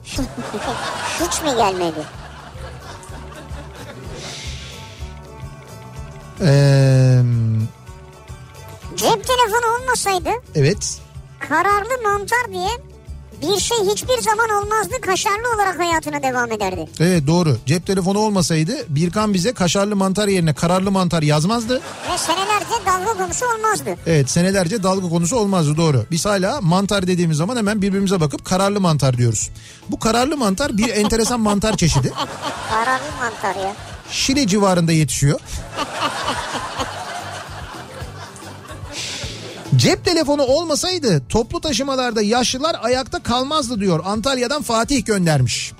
Hiç mi gelmedi?
Ee,
Cep telefonu olmasaydı
evet.
kararlı mantar diye bir şey hiçbir zaman olmazdı kaşarlı olarak hayatına devam ederdi.
Evet doğru. Cep telefonu olmasaydı Birkan bize kaşarlı mantar yerine kararlı mantar yazmazdı.
Ve senelerce dalga konusu olmazdı.
Evet senelerce dalga konusu olmazdı doğru. Biz hala mantar dediğimiz zaman hemen birbirimize bakıp kararlı mantar diyoruz. Bu kararlı mantar bir enteresan mantar çeşidi.
Kararlı mantar ya.
Şile civarında yetişiyor. Cep telefonu olmasaydı toplu taşımalarda yaşlılar ayakta kalmazdı diyor. Antalya'dan Fatih göndermiş.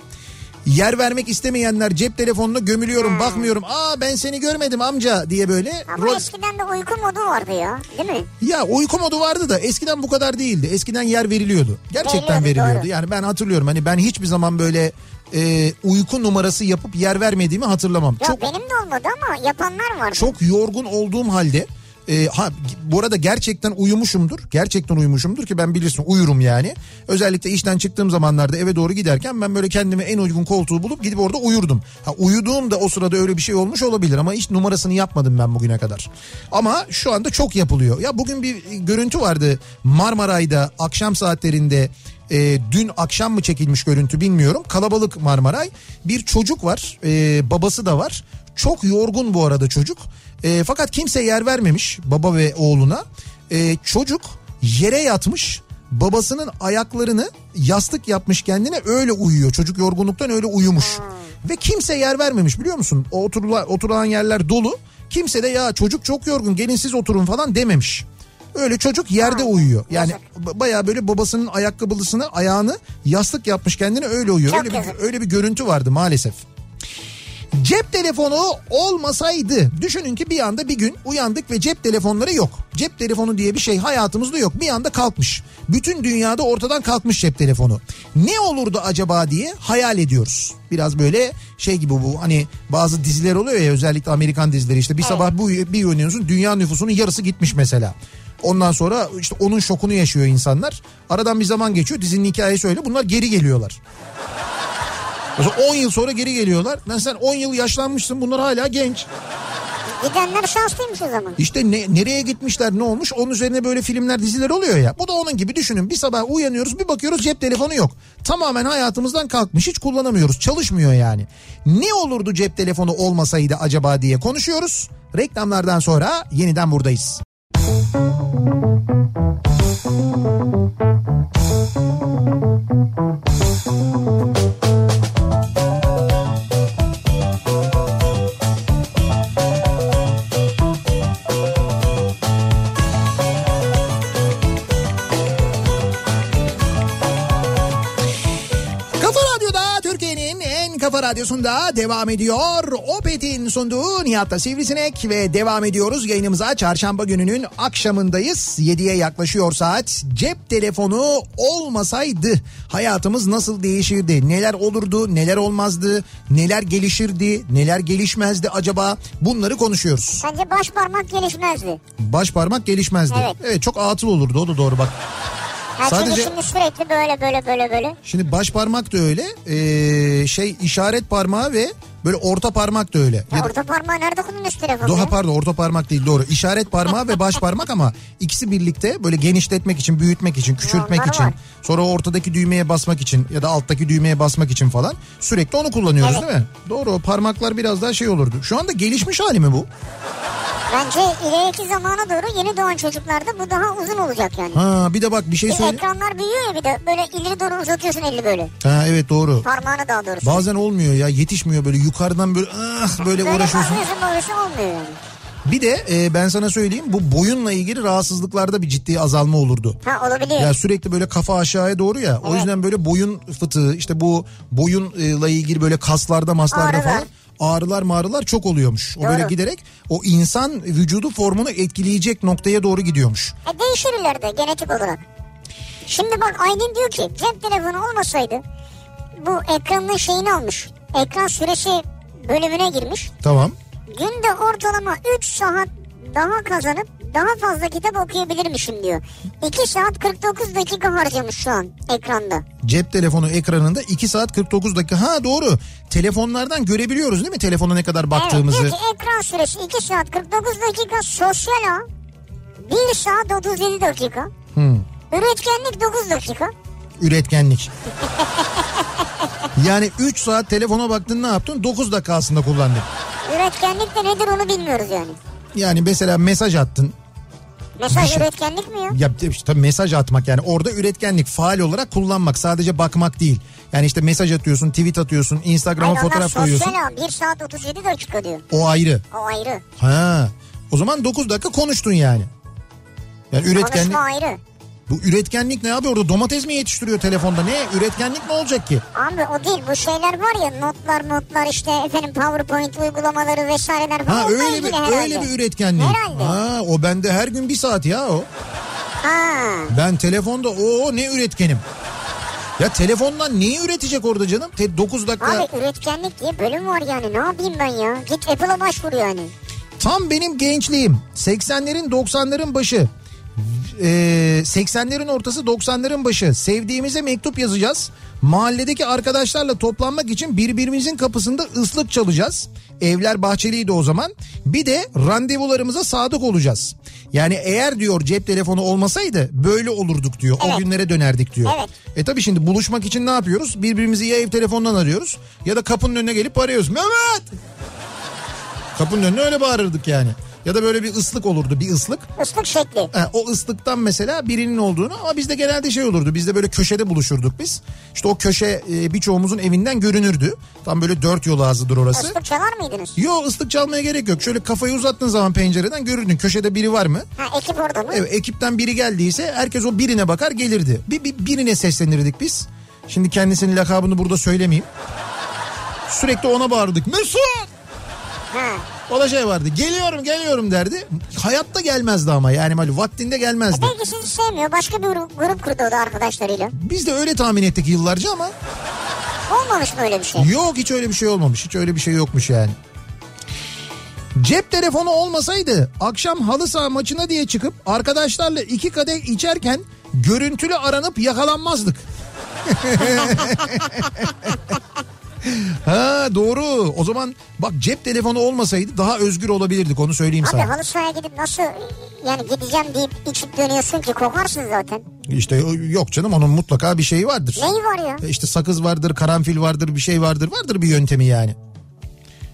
Yer vermek istemeyenler cep telefonuna gömülüyorum bakmıyorum. Aa ben seni görmedim amca diye böyle.
Ama
rol-
eskiden de uyku modu vardı ya değil mi?
Ya uyku modu vardı da eskiden bu kadar değildi. Eskiden yer veriliyordu. Gerçekten
Veriliyordu,
veriliyordu.
doğru.
Yani ben hatırlıyorum hani ben hiçbir zaman böyle e, uyku numarası yapıp yer vermediğimi hatırlamam.
Ya
çok
benim de olmadı ama yapanlar vardı.
çok yorgun olduğum halde e, ha bu arada gerçekten uyumuşumdur. Gerçekten uyumuşumdur ki ben bilirsin uyurum yani. Özellikle işten çıktığım zamanlarda eve doğru giderken ben böyle kendime en uygun koltuğu bulup gidip orada uyurdum. Ha uyuduğumda o sırada öyle bir şey olmuş olabilir ama hiç numarasını yapmadım ben bugüne kadar. Ama şu anda çok yapılıyor. Ya bugün bir görüntü vardı Marmaray'da akşam saatlerinde e, dün akşam mı çekilmiş görüntü bilmiyorum. Kalabalık Marmaray. Bir çocuk var. e, babası da var. Çok yorgun bu arada çocuk. E, fakat kimse yer vermemiş baba ve oğluna. E, çocuk yere yatmış. Babasının ayaklarını yastık yapmış kendine öyle uyuyor. Çocuk yorgunluktan öyle uyumuş. Ve kimse yer vermemiş biliyor musun? O oturula- oturulan yerler dolu. Kimse de ya çocuk çok yorgun gelin siz oturun falan dememiş. Öyle çocuk yerde uyuyor. Yani b- bayağı böyle babasının ayakkabılısını ayağını yastık yapmış kendine öyle uyuyor.
Çok
Öyle
yazık.
bir, öyle bir görüntü vardı maalesef. Cep telefonu olmasaydı düşünün ki bir anda bir gün uyandık ve cep telefonları yok. Cep telefonu diye bir şey hayatımızda yok. Bir anda kalkmış. Bütün dünyada ortadan kalkmış cep telefonu. Ne olurdu acaba diye hayal ediyoruz. Biraz böyle şey gibi bu hani bazı diziler oluyor ya özellikle Amerikan dizileri işte bir sabah bu bir uyanıyorsun dünya nüfusunun yarısı gitmiş mesela. Ondan sonra işte onun şokunu yaşıyor insanlar. Aradan bir zaman geçiyor dizinin hikayesi öyle bunlar geri geliyorlar. Mesela 10 yıl sonra geri geliyorlar. Lan sen 10 yıl yaşlanmışsın bunlar hala genç.
Gidenler şanslıymış o zaman.
İşte ne- nereye gitmişler ne olmuş onun üzerine böyle filmler diziler oluyor ya. Bu da onun gibi düşünün bir sabah uyanıyoruz bir bakıyoruz cep telefonu yok. Tamamen hayatımızdan kalkmış hiç kullanamıyoruz çalışmıyor yani. Ne olurdu cep telefonu olmasaydı acaba diye konuşuyoruz. Reklamlardan sonra yeniden buradayız. Kafa Radyo'da Türkiye'nin en kafa radyosunda devam ediyor. Opet'in sunduğu Nihat'la Sivrisinek ve devam ediyoruz yayınımıza. Çarşamba gününün akşamındayız. 7'ye yaklaşıyor saat. Cep telefonu olmasaydı hayatımız nasıl değişirdi? Neler olurdu, neler olmazdı, neler gelişirdi, neler gelişmezdi acaba? Bunları konuşuyoruz.
Sence baş parmak gelişmezdi.
Baş parmak gelişmezdi.
Evet.
çok atıl olurdu o da doğru bak.
Yani
Sadece-
Sadece... şimdi sürekli böyle böyle böyle böyle.
Şimdi baş parmak da öyle, ee, şey işaret parmağı ve böyle orta parmak da öyle.
Ya
Ya da-
orta parmağı nerede kullanıyorsun telefonu?
Doha
ya?
pardon orta parmak değil doğru. İşaret parmağı ve baş parmak ama ikisi birlikte böyle genişletmek için, büyütmek için, küçültmek
onlar
için,
var.
sonra ortadaki düğmeye basmak için ya da alttaki düğmeye basmak için falan sürekli onu kullanıyoruz
Evet.
değil mi? Doğru o parmaklar biraz daha şey olurdu. Şu anda gelişmiş hali mi bu?
Bence ileriki zamana doğru yeni doğan çocuklarda bu daha uzun olacak yani.
Ha bir de bak bir şey
Bir
söyle.
ekranlar büyüyor ya bir de böyle ileri doğru uzatıyorsun elini böyle.
Ha evet doğru.
Parmağını daha doğrusu.
Bazen olmuyor ya yetişmiyor böyle yukarıdan böyle ah böyle
böyle
uğraşıyorsun.
bakıyorsun bakıyorsun olmuyor yani.
Bir de e, ben sana söyleyeyim bu boyunla ilgili rahatsızlıklarda bir ciddi azalma olurdu.
Ha olabiliyor.
Ya sürekli böyle kafa aşağıya doğru ya. O
Evet.
yüzden böyle boyun fıtığı işte bu boyunla ilgili böyle kaslarda maslarda
Ağrılar.
falan ağrılar mağrılar çok oluyormuş. O
Doğru.
böyle giderek o insan vücudu formunu etkileyecek noktaya doğru gidiyormuş.
E değişir ileride genetik olarak. Şimdi bak Aydın diyor ki cep telefonu olmasaydı bu ekranın şeyini almış. Ekran süresi bölümüne girmiş.
Tamam.
Günde ortalama 3 saat daha kazanıp daha fazla kitap okuyabilirmişim diyor. 2 saat 49 dakika harcamış şu an ekranda.
Cep telefonu ekranında 2 saat 49 dakika. Ha doğru. Telefonlardan görebiliyoruz değil mi telefona ne kadar baktığımızı?
Evet diyor ki ekran süresi 2 saat 49 dakika sosyal ağ 1 saat 37 dakika.
Hmm.
Üretkenlik 9 dakika.
Üretkenlik. yani 3 saat telefona baktın ne yaptın? 9 dakika aslında kullandın.
Üretkenlik de nedir onu bilmiyoruz yani.
Yani mesela mesaj attın.
Mesaj
Düşün.
üretkenlik mi ya?
Ya işte tabii mesaj atmak yani orada üretkenlik faal olarak kullanmak sadece bakmak değil. Yani işte mesaj atıyorsun, tweet atıyorsun, Instagram'a
Hayır onlar
fotoğraf koyuyorsun.
sosyal ağ 1 saat 37 dakika diyor.
O ayrı.
O ayrı.
Ha. O zaman 9 dakika konuştun yani. Yani üretkenlik
Konuşma ayrı.
bu üretkenlik ne abi orada domates mi yetiştiriyor telefonda ne? Üretkenlik ne olacak ki?
Abi o değil bu şeyler var ya notlar notlar işte efendim powerpoint uygulamaları vesaireler falan.
Ha
Onunla
öyle
ilgili
bir
herhalde.
öyle bir üretkenlik.
Herhalde.
Ha o bende her gün bir saat ya o.
Ha.
Ben telefonda o ne üretkenim. Ya telefondan neyi üretecek orada canım? 9 dakika.
Abi üretkenlik diye bölüm var yani ne yapayım ben ya? Git Apple'a başvur yani.
Tam benim gençliğim. 80'lerin 90'ların başı. Ee, 80'lerin ortası 90'ların başı. Sevdiğimize mektup yazacağız. Mahalledeki arkadaşlarla toplanmak için birbirimizin kapısında ıslık çalacağız. Evler bahçeliydi o zaman. Bir de randevularımıza sadık olacağız. Yani eğer diyor cep telefonu olmasaydı böyle olurduk diyor. O
Evet.
günlere dönerdik diyor.
Evet.
E tabi şimdi buluşmak için ne yapıyoruz? Birbirimizi ya ev telefonundan arıyoruz ya da kapının önüne gelip arıyoruz. Mehmet Kapının önüne öyle bağırırdık yani. Ya da böyle bir ıslık olurdu bir ıslık.
Islık şekli.
Ha, o ıslıktan mesela birinin olduğunu ama bizde genelde şey olurdu. Bizde böyle köşede buluşurduk biz. İşte o köşe e, birçoğumuzun evinden görünürdü. Tam böyle dört yol ağzıdır orası.
Islık çalar mıydınız?
Yo ıslık çalmaya gerek yok. Şöyle kafayı uzattığın zaman pencereden görürdün. Köşede biri var mı?
Ha ekip orada mı?
Evet, ekipten biri geldiyse herkes o birine bakar gelirdi. Bir, bir- birine seslenirdik biz. Şimdi kendisinin lakabını burada söylemeyeyim. Sürekli ona bağırdık. Mesut!
Ha.
O da şey vardı. Geliyorum geliyorum derdi. Hayatta gelmezdi ama yani hani vaktinde gelmezdi.
Belki sizi sevmiyor. Başka bir grup, grup kurdu o da arkadaşlarıyla.
Biz de öyle tahmin ettik yıllarca ama
Olmamış mı öyle bir şey?
yok hiç öyle bir şey olmamış. Hiç öyle bir şey yokmuş yani. Cep telefonu olmasaydı akşam halı saha maçına diye çıkıp arkadaşlarla iki kadeh içerken görüntülü aranıp yakalanmazdık. ha doğru. O zaman bak cep telefonu olmasaydı daha özgür olabilirdik onu söyleyeyim
Abi
sana.
halı sahaya gidip nasıl yani gideceğim deyip içip dönüyorsun ki kokarsın zaten.
İşte yok canım onun mutlaka bir şeyi vardır.
Neyi var ya?
E İşte sakız vardır, karanfil vardır, bir şey vardır. Vardır bir yöntemi yani.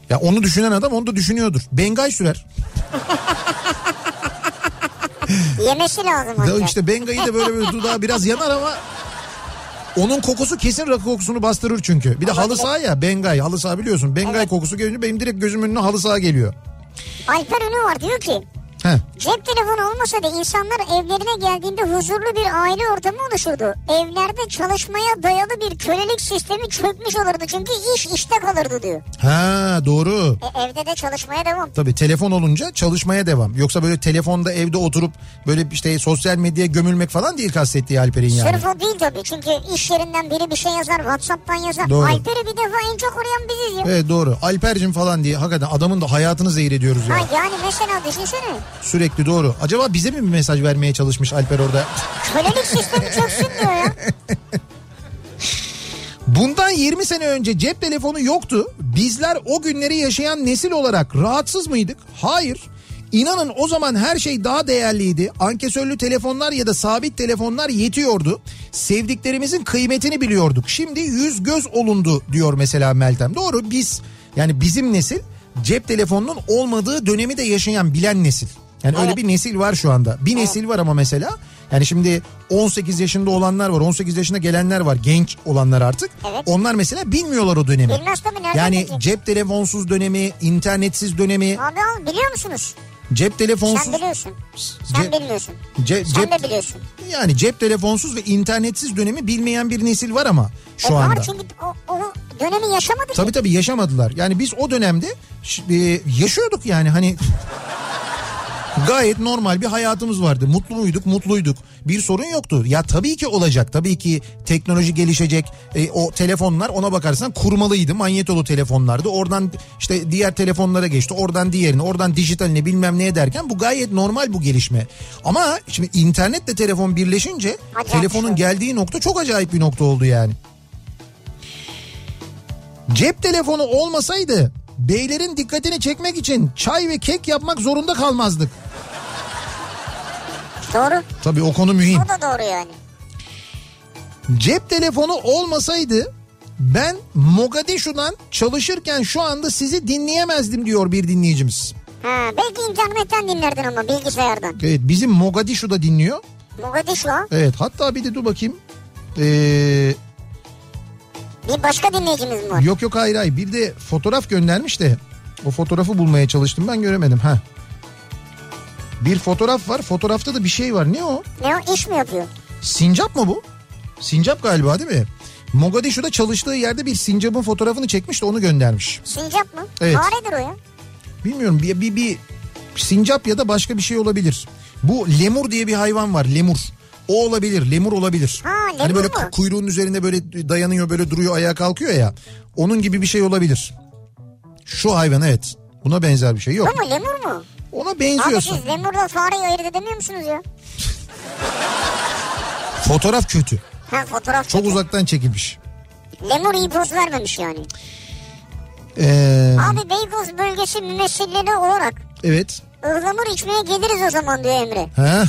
Ya onu düşünen adam onu da düşünüyordur. Bengay sürer.
Yemesi lazım
Ya
ancak.
İşte bengayı da böyle, böyle dudağı biraz yanar ama onun kokusu kesin rakı kokusunu bastırır çünkü. Bir de halı saha ya bengay. Halı saha biliyorsun. Bengay kokusu gelince benim direkt gözümün önüne halı saha geliyor.
Alper Ünlü var diyor ki
Heh.
cep telefonu olmasaydı insanlar evlerine geldiğinde huzurlu bir aile ortamı oluşurdu. Evlerde çalışmaya dayalı bir kölelik sistemi çökmüş olurdu çünkü iş işte kalırdı diyor.
Ha doğru.
E, evde de çalışmaya devam.
Tabii telefon olunca çalışmaya devam. Yoksa böyle telefonda evde oturup böyle işte sosyal medyaya gömülmek falan değil kastettiği Alper'in yani.
Sırf o değil tabii çünkü iş yerinden biri bir şey yazar Whatsapp'tan yazar.
Doğru.
Alper'i bir defa en çok arayan biziz ya.
Evet doğru. Alper'cim falan diye hakikaten adamın da hayatını zehir ediyoruz ya.
Ha yani mesela düşünsene
Sürekli doğru. Acaba bize mi bir mesaj vermeye çalışmış Alper orada?
kölelik sistemi çöksün diyor ya.
Bundan 20 sene önce cep telefonu yoktu. Bizler o günleri yaşayan nesil olarak rahatsız mıydık? Hayır. İnanın o zaman her şey daha değerliydi. Ankesörlü telefonlar ya da sabit telefonlar yetiyordu. Sevdiklerimizin kıymetini biliyorduk. Şimdi yüz göz olundu diyor mesela Meltem. Doğru biz yani bizim nesil cep telefonunun olmadığı dönemi de yaşayan bilen nesil. Yani öyle bir nesil var şu anda. Bir nesil var ama mesela yani şimdi 18 yaşında olanlar var, 18 yaşına gelenler var, genç olanlar artık.
Evet.
Onlar mesela bilmiyorlar o dönemi.
Bilmez tabii nereden
Yani
bilecek?
cep telefonsuz dönemi, internetsiz dönemi.
Abi al biliyor musunuz?
Cep telefonsuz
Sen biliyorsun. Sen
Ce-
bilmiyorsun.
ce-
Sen
cep
de biliyorsun.
yani cep telefonsuz ve internetsiz dönemi bilmeyen bir nesil var ama şu
e var
anda.
çünkü o, o dönemi yaşamadı ki.
Tabii tabii yaşamadılar. Yani biz o dönemde ş- e, yaşıyorduk yani hani gayet normal bir hayatımız vardı. Mutlu muyduk? Mutluyduk. Bir sorun yoktu. Ya tabii ki olacak. Tabii ki teknoloji gelişecek. E, o telefonlar ona bakarsan kurmalıydı. Manyetolu telefonlardı. Oradan işte diğer telefonlara geçti. Oradan diğerine, oradan dijitaline bilmem neye derken bu gayet normal bu gelişme. Ama şimdi internetle telefon birleşince
Acayip
telefonun
şey.
geldiği nokta çok acayip bir nokta oldu yani. Cep telefonu olmasaydı beylerin dikkatini çekmek için çay ve kek yapmak zorunda kalmazdık.
Doğru.
Tabii o konu mühim.
O da doğru yani.
Cep telefonu olmasaydı ben Mogadishu'dan çalışırken şu anda sizi dinleyemezdim diyor bir dinleyicimiz.
Ha, belki internetten dinlerdin ama bilgisayardan.
Evet bizim Mogadishu'da dinliyor.
Mogadishu ha.
Evet hatta bir de dur bakayım. Ee,
Bir başka dinleyicimiz mi var?
yok yok hayır hayır bir de fotoğraf göndermiş de o fotoğrafı bulmaya çalıştım ben göremedim. ha. Bir fotoğraf var fotoğrafta da bir şey var ne o?
Ne o iş mi yapıyor?
Sincap mı bu? Sincap galiba değil mi? Mogadishu'da çalıştığı yerde bir sincapın fotoğrafını çekmiş de onu göndermiş.
Sincap mı?
Evet.
Faredir o ya.
Bilmiyorum bir, bir, bir sincap ya da başka bir şey olabilir. Bu lemur diye bir hayvan var lemur. O olabilir lemur olabilir.
Ha, lemur
hani böyle
mu?
ku- kuyruğun üzerinde böyle dayanıyor böyle duruyor ayağa kalkıyor ya. Onun gibi bir şey olabilir. Şu hayvan evet. Buna benzer bir şey yok.
Bu mu lemur mu?
Ona
Abi
benziyorsun.
siz lemurla fareyi ayırt edemiyor musunuz ya?
Fotoğraf kötü.
Ha fotoğraf
Çok
çekiyor.
uzaktan çekilmiş.
Lemur iyi poz vermemiş yani.
Ee,
Abi Beykoz bölgesi mümessilleri olarak
evet.
ıhlamur içmeye geliriz o zaman diyor Emre.
Ha?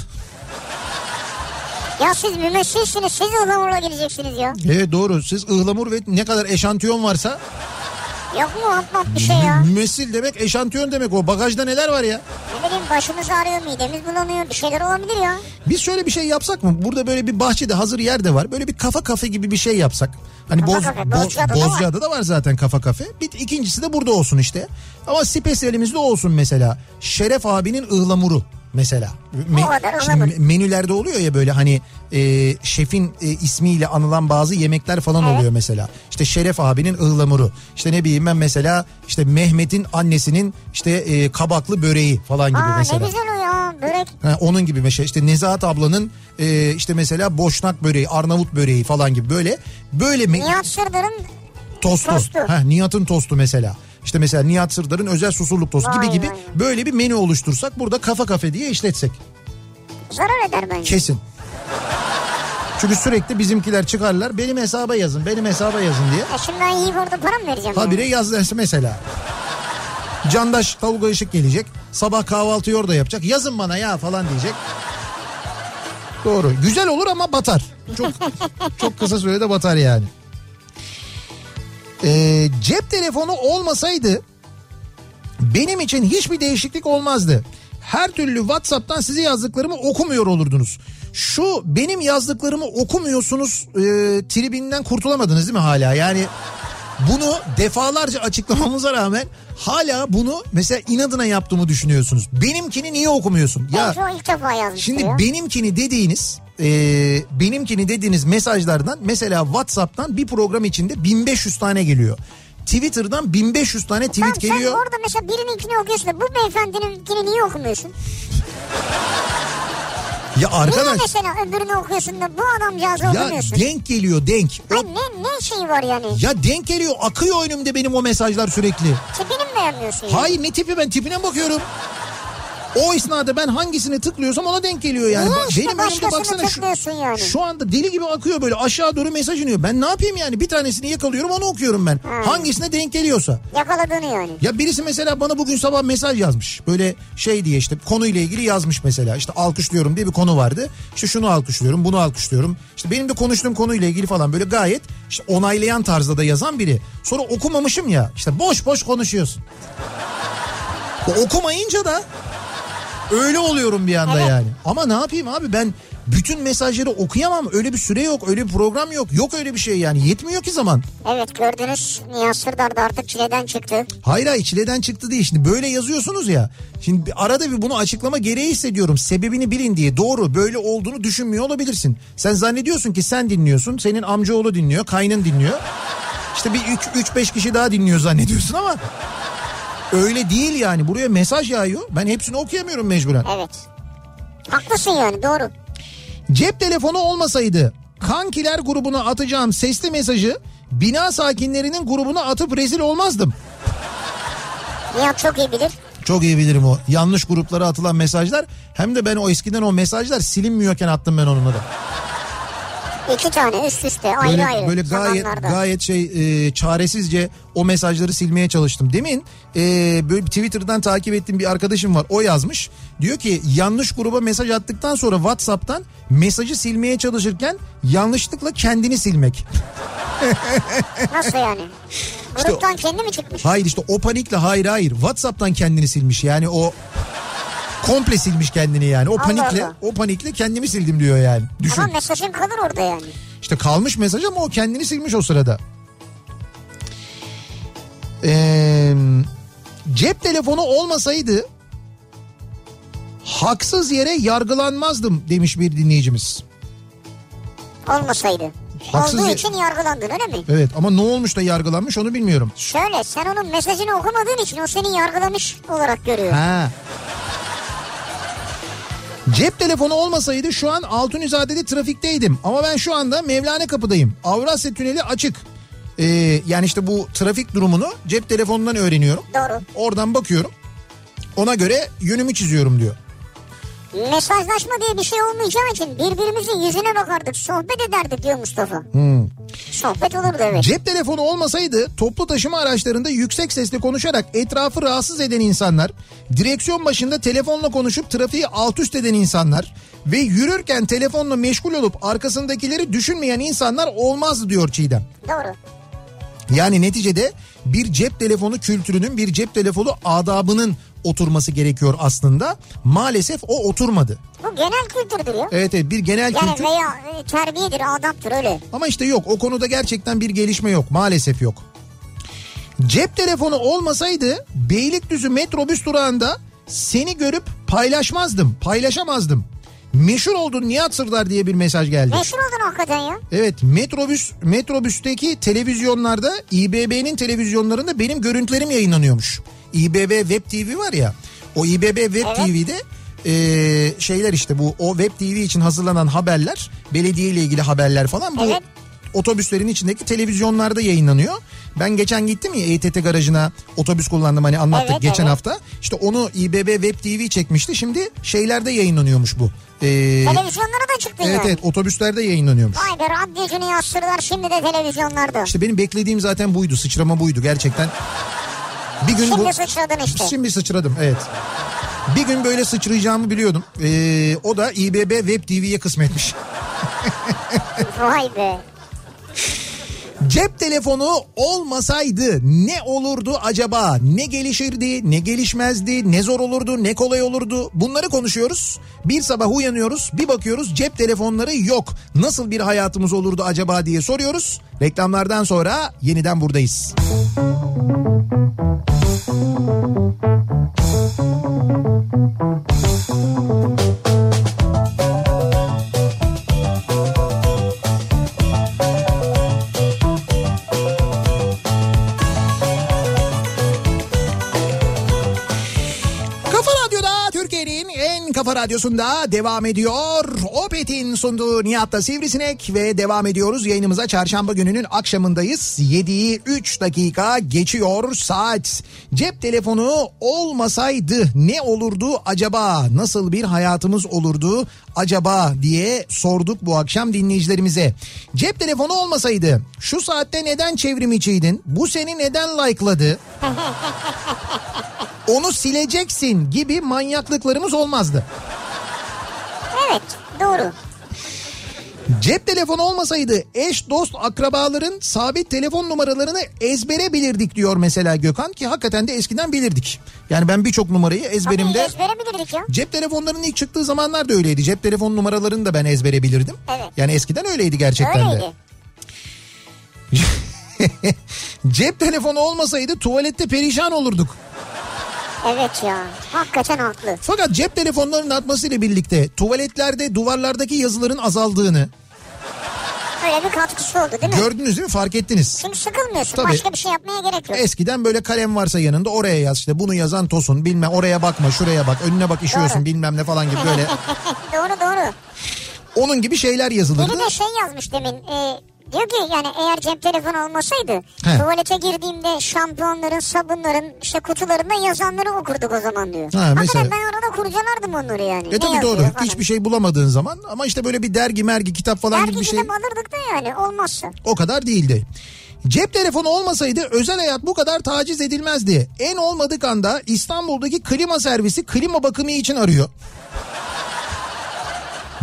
Ya siz mümessilsiniz siz ıhlamurla geleceksiniz ya.
Evet doğru. Siz ıhlamur ve ne kadar eşantiyon varsa
Yok mu atmak bir şey ya.
mümessil demek eşantiyon demek o. Bagajda neler var ya?
Ne bileyim başımız ağrıyor midemiz bulanıyor bir şeyler olabilir ya.
Biz şöyle bir şey yapsak mı? Burada böyle bir bahçede hazır yer de var. Böyle bir kafa kafe gibi bir şey yapsak. Hani
Kafa
boz,
kafe,
bo-
Bozcaada'da var.
Bozcaada'da da var zaten kafa kafe. Bir ikincisi de burada olsun işte. Ama spesiyalimizde olsun mesela. Şeref abinin ıhlamuru mesela.
kadar ıhlamur.
şimdi me- menülerde oluyor ya böyle hani e, şefin e, ismiyle anılan bazı yemekler falan oluyor mesela. İşte Şeref abinin ıhlamuru. İşte ne bileyim ben mesela işte Mehmet'in annesinin işte e, kabaklı böreği falan gibi
Aa
mesela.
ne güzel o ya börek.
Ha, onun gibi mesela işte Nezahat ablanın e, işte mesela boşnak böreği, Arnavut böreği falan gibi böyle böyle mi
Nihat Sırdar'ın
tostu.
tostu.
Ha, Nihat'ın tostu mesela. İşte mesela Nihat Sırdar'ın özel susurluk tostu
Vay
gibi gibi
vay
böyle bir menü oluştursak burada kafa kafe diye işletsek
zarar eder bence.
kesin. Çünkü sürekli bizimkiler çıkarlar benim hesaba yazın benim hesaba yazın diye.
Ya şimdi ben iyi orada para mı vereceğim? yani?
Habire yaz dersi mesela. Candaş tavuğa ışık gelecek. Sabah kahvaltıyı orada yapacak. Yazın bana ya falan diyecek. Doğru. Güzel olur ama batar. Çok çok kısa sürede batar yani. Ee, cep telefonu olmasaydı benim için hiçbir değişiklik olmazdı. Her türlü WhatsApp'tan size yazdıklarımı okumuyor olurdunuz. Şu benim yazdıklarımı okumuyorsunuz e, tribinden kurtulamadınız değil mi hala? Yani bunu defalarca açıklamamıza rağmen hala bunu mesela inadına yaptığımı düşünüyorsunuz. Benimkini niye okumuyorsun? Ya
Belki o ilk defa yazmıştır
Şimdi
ya.
benimkini dediğiniz e, benimkini dediğiniz mesajlardan mesela Whatsapp'tan bir program içinde 1500 tane geliyor. Twitter'dan 1500 tane tweet
Tamam,
geliyor.
Sen orada mesela birininkini okuyorsun da bu beyefendininkini niye okumuyorsun?
Ya
Niye
arkadaş
mesela öbürünü okuyorsun da bu adamcağızı
ya
okumuyorsun?
denk geliyor denk.
Ay ne, ne şeyi var yani?
Ya denk geliyor akıyor önümde benim o mesajlar sürekli.
İşte benim beğenmiyorsun yani.
Hayır ne tipi ben tipine bakıyorum. O esnada ben hangisini tıklıyorsam ona denk geliyor yani.
Niye
Bak-
işte
benim önümde
başkasını
baksana şu,
tıklıyorsun yani?
şu anda deli gibi akıyor böyle aşağı doğru mesaj iniyor. Ben ne yapayım yani bir tanesini yakalıyorum onu okuyorum ben. Hangisine denk geliyorsa.
Yakaladığını yani.
Ya birisi mesela bana bugün sabah mesaj yazmış. Böyle şey diye işte konuyla ilgili yazmış mesela. İşte alkışlıyorum diye bir konu vardı. İşte şunu alkışlıyorum, bunu alkışlıyorum. İşte benim de konuştuğum konuyla ilgili falan böyle gayet işte onaylayan tarzda da yazan biri. Sonra okumamışım ya. işte boş boş konuşuyorsun. O okumayınca da öyle oluyorum bir anda yani. Ama ne yapayım abi ben bütün mesajları okuyamam. Öyle bir süre yok, öyle bir program yok. Yok öyle bir şey yani. Yetmiyor ki zaman.
Evet gördünüz Nihat Sırdar da artık çileden çıktı.
Hayır hayır çileden çıktı diye şimdi böyle yazıyorsunuz ya. Şimdi bir arada bir bunu açıklama gereği hissediyorum. Sebebini bilin diye doğru böyle olduğunu düşünmüyor olabilirsin. Sen zannediyorsun ki sen dinliyorsun. Senin amcaoğlu dinliyor, kaynın dinliyor. İşte bir 3-5 kişi daha dinliyor zannediyorsun ama öyle değil yani. Buraya mesaj yağıyor. Ben hepsini okuyamıyorum mecburen.
Evet. Haklısın yani doğru.
Cep telefonu olmasaydı kankiler grubuna atacağım sesli mesajı bina sakinlerinin grubuna atıp rezil olmazdım.
Nihat çok iyi bilir.
Çok iyi bilirim o. Yanlış gruplara atılan mesajlar. Hem de ben o eskiden o mesajlar silinmiyorken attım ben onları.
İki tane üst üste ayrı
Böyle,
ayrı
böyle gayet
zamanlarda.
gayet şey e, çaresizce o mesajları silmeye çalıştım. Demin e, böyle Twitter'dan takip ettiğim bir arkadaşım var. O yazmış. Diyor ki yanlış gruba mesaj attıktan sonra WhatsApp'tan mesajı silmeye çalışırken yanlışlıkla kendini silmek.
Nasıl yani? Gruptan kendi mi çıkmış?
Hayır işte o panikle hayır hayır WhatsApp'tan kendini silmiş. Yani o komple silmiş kendini yani. O
Allah
panikle
Allah.
o panikle kendimi sildim diyor yani. Düşün.
Ama mesajın kalır orada yani.
İşte kalmış mesaj ama o kendini silmiş o sırada. Ee, cep telefonu olmasaydı haksız yere yargılanmazdım demiş bir dinleyicimiz.
Olmasaydı.
Haksız
Olduğu
ya-
için yargılandın öyle mi?
Evet ama ne olmuş da yargılanmış onu bilmiyorum.
Şöyle sen onun mesajını okumadığın için o seni yargılamış olarak görüyor.
Ha. Cep telefonu olmasaydı şu an Altunizade'de trafikteydim. Ama ben şu anda Mevlana kapıdayım. Avrasya Tüneli açık. Ee, yani işte bu trafik durumunu cep telefonundan öğreniyorum.
Doğru.
Oradan bakıyorum. Ona göre yönümü çiziyorum diyor.
Mesajlaşma diye bir şey olmayacağı için birbirimizin yüzüne bakardık, sohbet ederdik diyor Mustafa. Sohbet olurdu evet.
Cep telefonu olmasaydı toplu taşıma araçlarında yüksek sesle konuşarak etrafı rahatsız eden insanlar, direksiyon başında telefonla konuşup trafiği alt üst eden insanlar ve yürürken telefonla meşgul olup arkasındakileri düşünmeyen insanlar olmazdı diyor Çiğdem.
Doğru.
Yani neticede bir cep telefonu kültürünün bir cep telefonu adabının oturması gerekiyor aslında. Maalesef o oturmadı.
Bu genel kültürdür ya.
Evet evet bir genel
Yani
kültür
veya e, terbiyedir, adaptır öyle.
Ama işte yok o konuda gerçekten bir gelişme yok maalesef yok. Cep telefonu olmasaydı Beylikdüzü metrobüs durağında seni görüp paylaşmazdım, paylaşamazdım. Meşhur oldun Nihat Sırdar diye bir mesaj geldi.
Meşhur oldun hakikaten ya.
Evet metrobüs metrobüsteki televizyonlarda İBB'nin televizyonlarında benim görüntülerim yayınlanıyormuş. İBB Web TV var ya o İBB Web TV'de eee, şeyler işte bu o Web TV için hazırlanan haberler belediye ile ilgili haberler falan bu
Evet.
otobüslerin içindeki televizyonlarda yayınlanıyor. Ben geçen gittim ya ETT garajına otobüs kullandım hani anlattık
Evet,
geçen
evet.
hafta. İşte onu İBB Web TV çekmişti şimdi şeylerde yayınlanıyormuş bu. Eee,
Televizyonlara da çıktın
evet
yani.
evet otobüslerde yayınlanıyormuş.
Vay be radyocunu yazdırdılar şimdi de televizyonlarda.
İşte benim beklediğim zaten buydu. Sıçrama buydu gerçekten. Bir gün
Şimdi
bu...
sıçradın işte.
Şimdi sıçradım evet. Bir gün böyle sıçrayacağımı biliyordum. Ee, o da İBB Web TV'ye kısmetmiş.
Vay be.
Cep telefonu olmasaydı ne olurdu acaba? Ne gelişirdi, ne gelişmezdi, ne zor olurdu, ne kolay olurdu? Bunları konuşuyoruz. Bir sabah uyanıyoruz, bir bakıyoruz cep telefonları yok. Nasıl bir hayatımız olurdu acaba diye soruyoruz. Reklamlardan sonra yeniden buradayız. Kafa Radyo'da Türkiye'nin en kafa radyosunda devam ediyor. Opet'in sunduğu Nihat'ta Sivrisinek ve devam ediyoruz. Yayınımıza çarşamba gününün akşamındayız. 7'yi 3 dakika geçiyor saat. Cep telefonu olmasaydı ne olurdu acaba? Nasıl bir hayatımız olurdu acaba diye sorduk bu akşam dinleyicilerimize. Cep telefonu olmasaydı şu saatte neden çevrim içiydin? Bu seni neden like'ladı? onu sileceksin gibi manyaklıklarımız olmazdı.
Evet doğru.
Cep telefonu olmasaydı eş dost akrabaların sabit telefon numaralarını ezbere bilirdik diyor mesela Gökhan ki hakikaten de eskiden bilirdik. Yani ben birçok numarayı
Benim
ezberimde
de... ezbere bilirdik ya.
Cep telefonlarının ilk çıktığı zamanlar da öyleydi. Cep telefon numaralarını da ben ezbere bilirdim.
Evet.
Yani eskiden öyleydi gerçekten de.
Öyleydi.
Cep telefonu olmasaydı tuvalette perişan olurduk.
Evet ya. Hakikaten haklı.
Fakat cep telefonlarının artmasıyla birlikte tuvaletlerde duvarlardaki yazıların azaldığını
Öyle bir katkısı oldu değil mi?
gördünüz değil mi? Fark ettiniz.
Çünkü sıkılmıyorsun.
Tabii.
Başka bir şey yapmaya gerek yok.
Eskiden böyle kalem varsa yanında oraya yaz işte bunu yazan tosun bilmem oraya bakma şuraya bak önüne bak işiyorsun
Doğru.
bilmem ne falan gibi böyle
doğru doğru.
onun gibi şeyler yazılırdı.
Biri de şey yazmış demin. e, diyor ki yani eğer cep telefonu olmasaydı
He.
tuvalete girdiğimde şampuanların, sabunların işte kutularında yazanları okurduk o zaman diyor.
Ha, mesela.
Hakikaten ben orada kurcalardım onları yani.
E
Ne
tabii
yazıyor
doğru
falan.
hiçbir şey bulamadığın zaman ama işte böyle bir dergi mergi kitap falan
Dergi
gibi bir şey
kitap alırdık da yani olmazsa.
o kadar değildi. Cep telefonu olmasaydı özel hayat bu kadar taciz edilmezdi. En olmadık anda İstanbul'daki klima servisi klima bakımı için arıyor.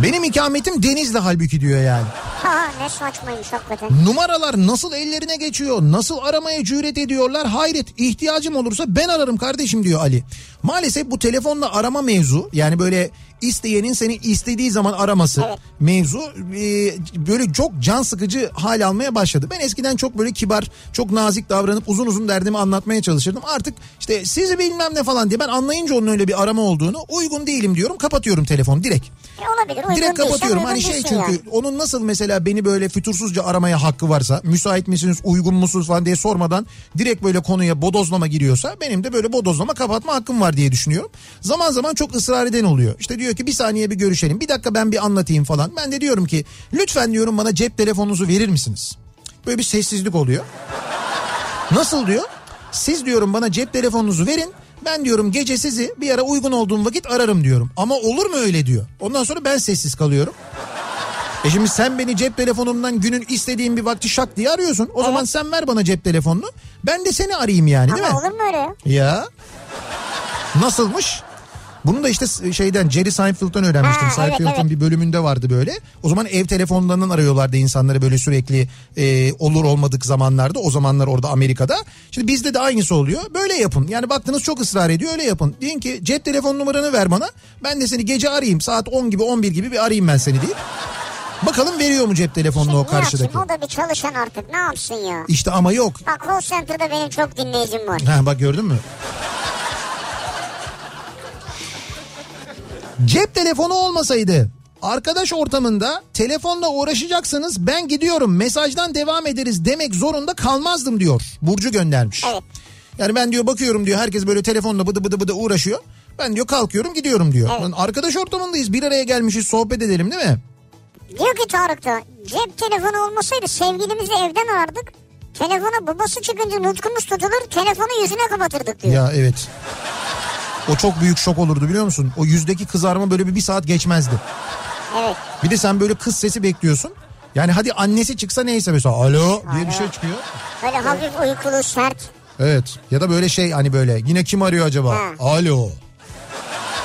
Benim ikametim Denizli halbuki diyor yani.
Ha, ne saçmaymış hakikaten.
Numaralar nasıl ellerine geçiyor? Nasıl aramaya cüret ediyorlar? Hayret ihtiyacım olursa ben ararım kardeşim diyor Ali. Maalesef bu telefonla arama mevzu yani böyle isteyenin seni istediği zaman araması mevzu e, böyle çok can sıkıcı hal almaya başladı. Ben eskiden çok böyle kibar, çok nazik davranıp uzun uzun derdimi anlatmaya çalışırdım. Artık işte sizi bilmem ne falan diye ben anlayınca onun öyle bir arama olduğunu uygun değilim diyorum. Kapatıyorum telefonu direkt.
E, olabilir uygun
Direkt
değilse
kapatıyorum.
uygun
Hani şey
değilsin
çünkü
yani.
onun nasıl mesela beni böyle fütursuzca aramaya hakkı varsa, müsait misiniz, uygun musunuz falan diye sormadan direkt böyle konuya bodozlama giriyorsa benim de böyle bodozlama kapatma hakkım var diye düşünüyorum. Zaman zaman çok ısrar eden oluyor. İşte diyor ki bir saniye bir görüşelim, bir dakika ben bir anlatayım falan. Ben de diyorum ki lütfen diyorum bana cep telefonunuzu verir misiniz? Böyle bir sessizlik oluyor. Nasıl diyor? Siz diyorum bana cep telefonunuzu verin. Ben diyorum gece sizi bir ara uygun olduğum vakit ararım diyorum. Ama olur mu öyle diyor. Ondan sonra ben sessiz kalıyorum. E şimdi sen beni cep telefonumdan günün istediğin bir vakti şak diye arıyorsun. O zaman sen ver bana cep telefonunu. Ben de seni arayayım yani değil
Ama
mi?
olur mu öyle ya?
Ya. Nasılmış? Bunu da işte şeyden Jerry Seinfeld'den öğrenmiştim.
Ha, evet,
Seinfeld'in
evet.
bir bölümünde vardı böyle. O zaman ev telefonlarından arıyorlardı insanları böyle sürekli e, olur olmadık zamanlarda. O zamanlar orada Amerika'da. Şimdi bizde de aynısı oluyor. Böyle yapın. Yani baktınız çok ısrar ediyor öyle yapın. Deyin ki cep telefon numaranı ver bana. Ben de seni gece arayayım. Saat 10 gibi 11 gibi bir arayayım ben seni deyip. Bakalım veriyor mu cep telefonunu
Şey, Şimdi
o
ne yapsın?
karşıdaki.
O da bir çalışan artık ne yapsın ya?
İşte ama yok.
Bak call center'da benim çok dinleyicim var.
Ha bak gördün mü? Cep telefonu olmasaydı arkadaş ortamında telefonla uğraşacaksınız ben gidiyorum mesajdan devam ederiz demek zorunda kalmazdım diyor. Burcu göndermiş.
Evet.
Yani ben diyor bakıyorum diyor herkes böyle telefonla bıdı bıdı bıdı uğraşıyor. Ben diyor kalkıyorum gidiyorum diyor.
Evet.
Lan Arkadaş ortamındayız bir araya gelmişiz sohbet edelim değil mi?
Diyor ki Tarık da cep telefonu olmasaydı sevgilimizi evden arardık. Telefona babası çıkınca nutkumuz tutulur telefonu yüzüne kapatırdık diyor.
Ya evet. O çok büyük şok olurdu biliyor musun? O yüzdeki kızarma böyle bir, bir saat geçmezdi.
Evet.
Bir de sen böyle kız sesi bekliyorsun. Yani hadi annesi çıksa neyse mesela alo diye bir şey çıkıyor.
Böyle hafif uykulu sert.
Evet ya da böyle şey hani böyle yine kim arıyor acaba?
Ha.
Alo.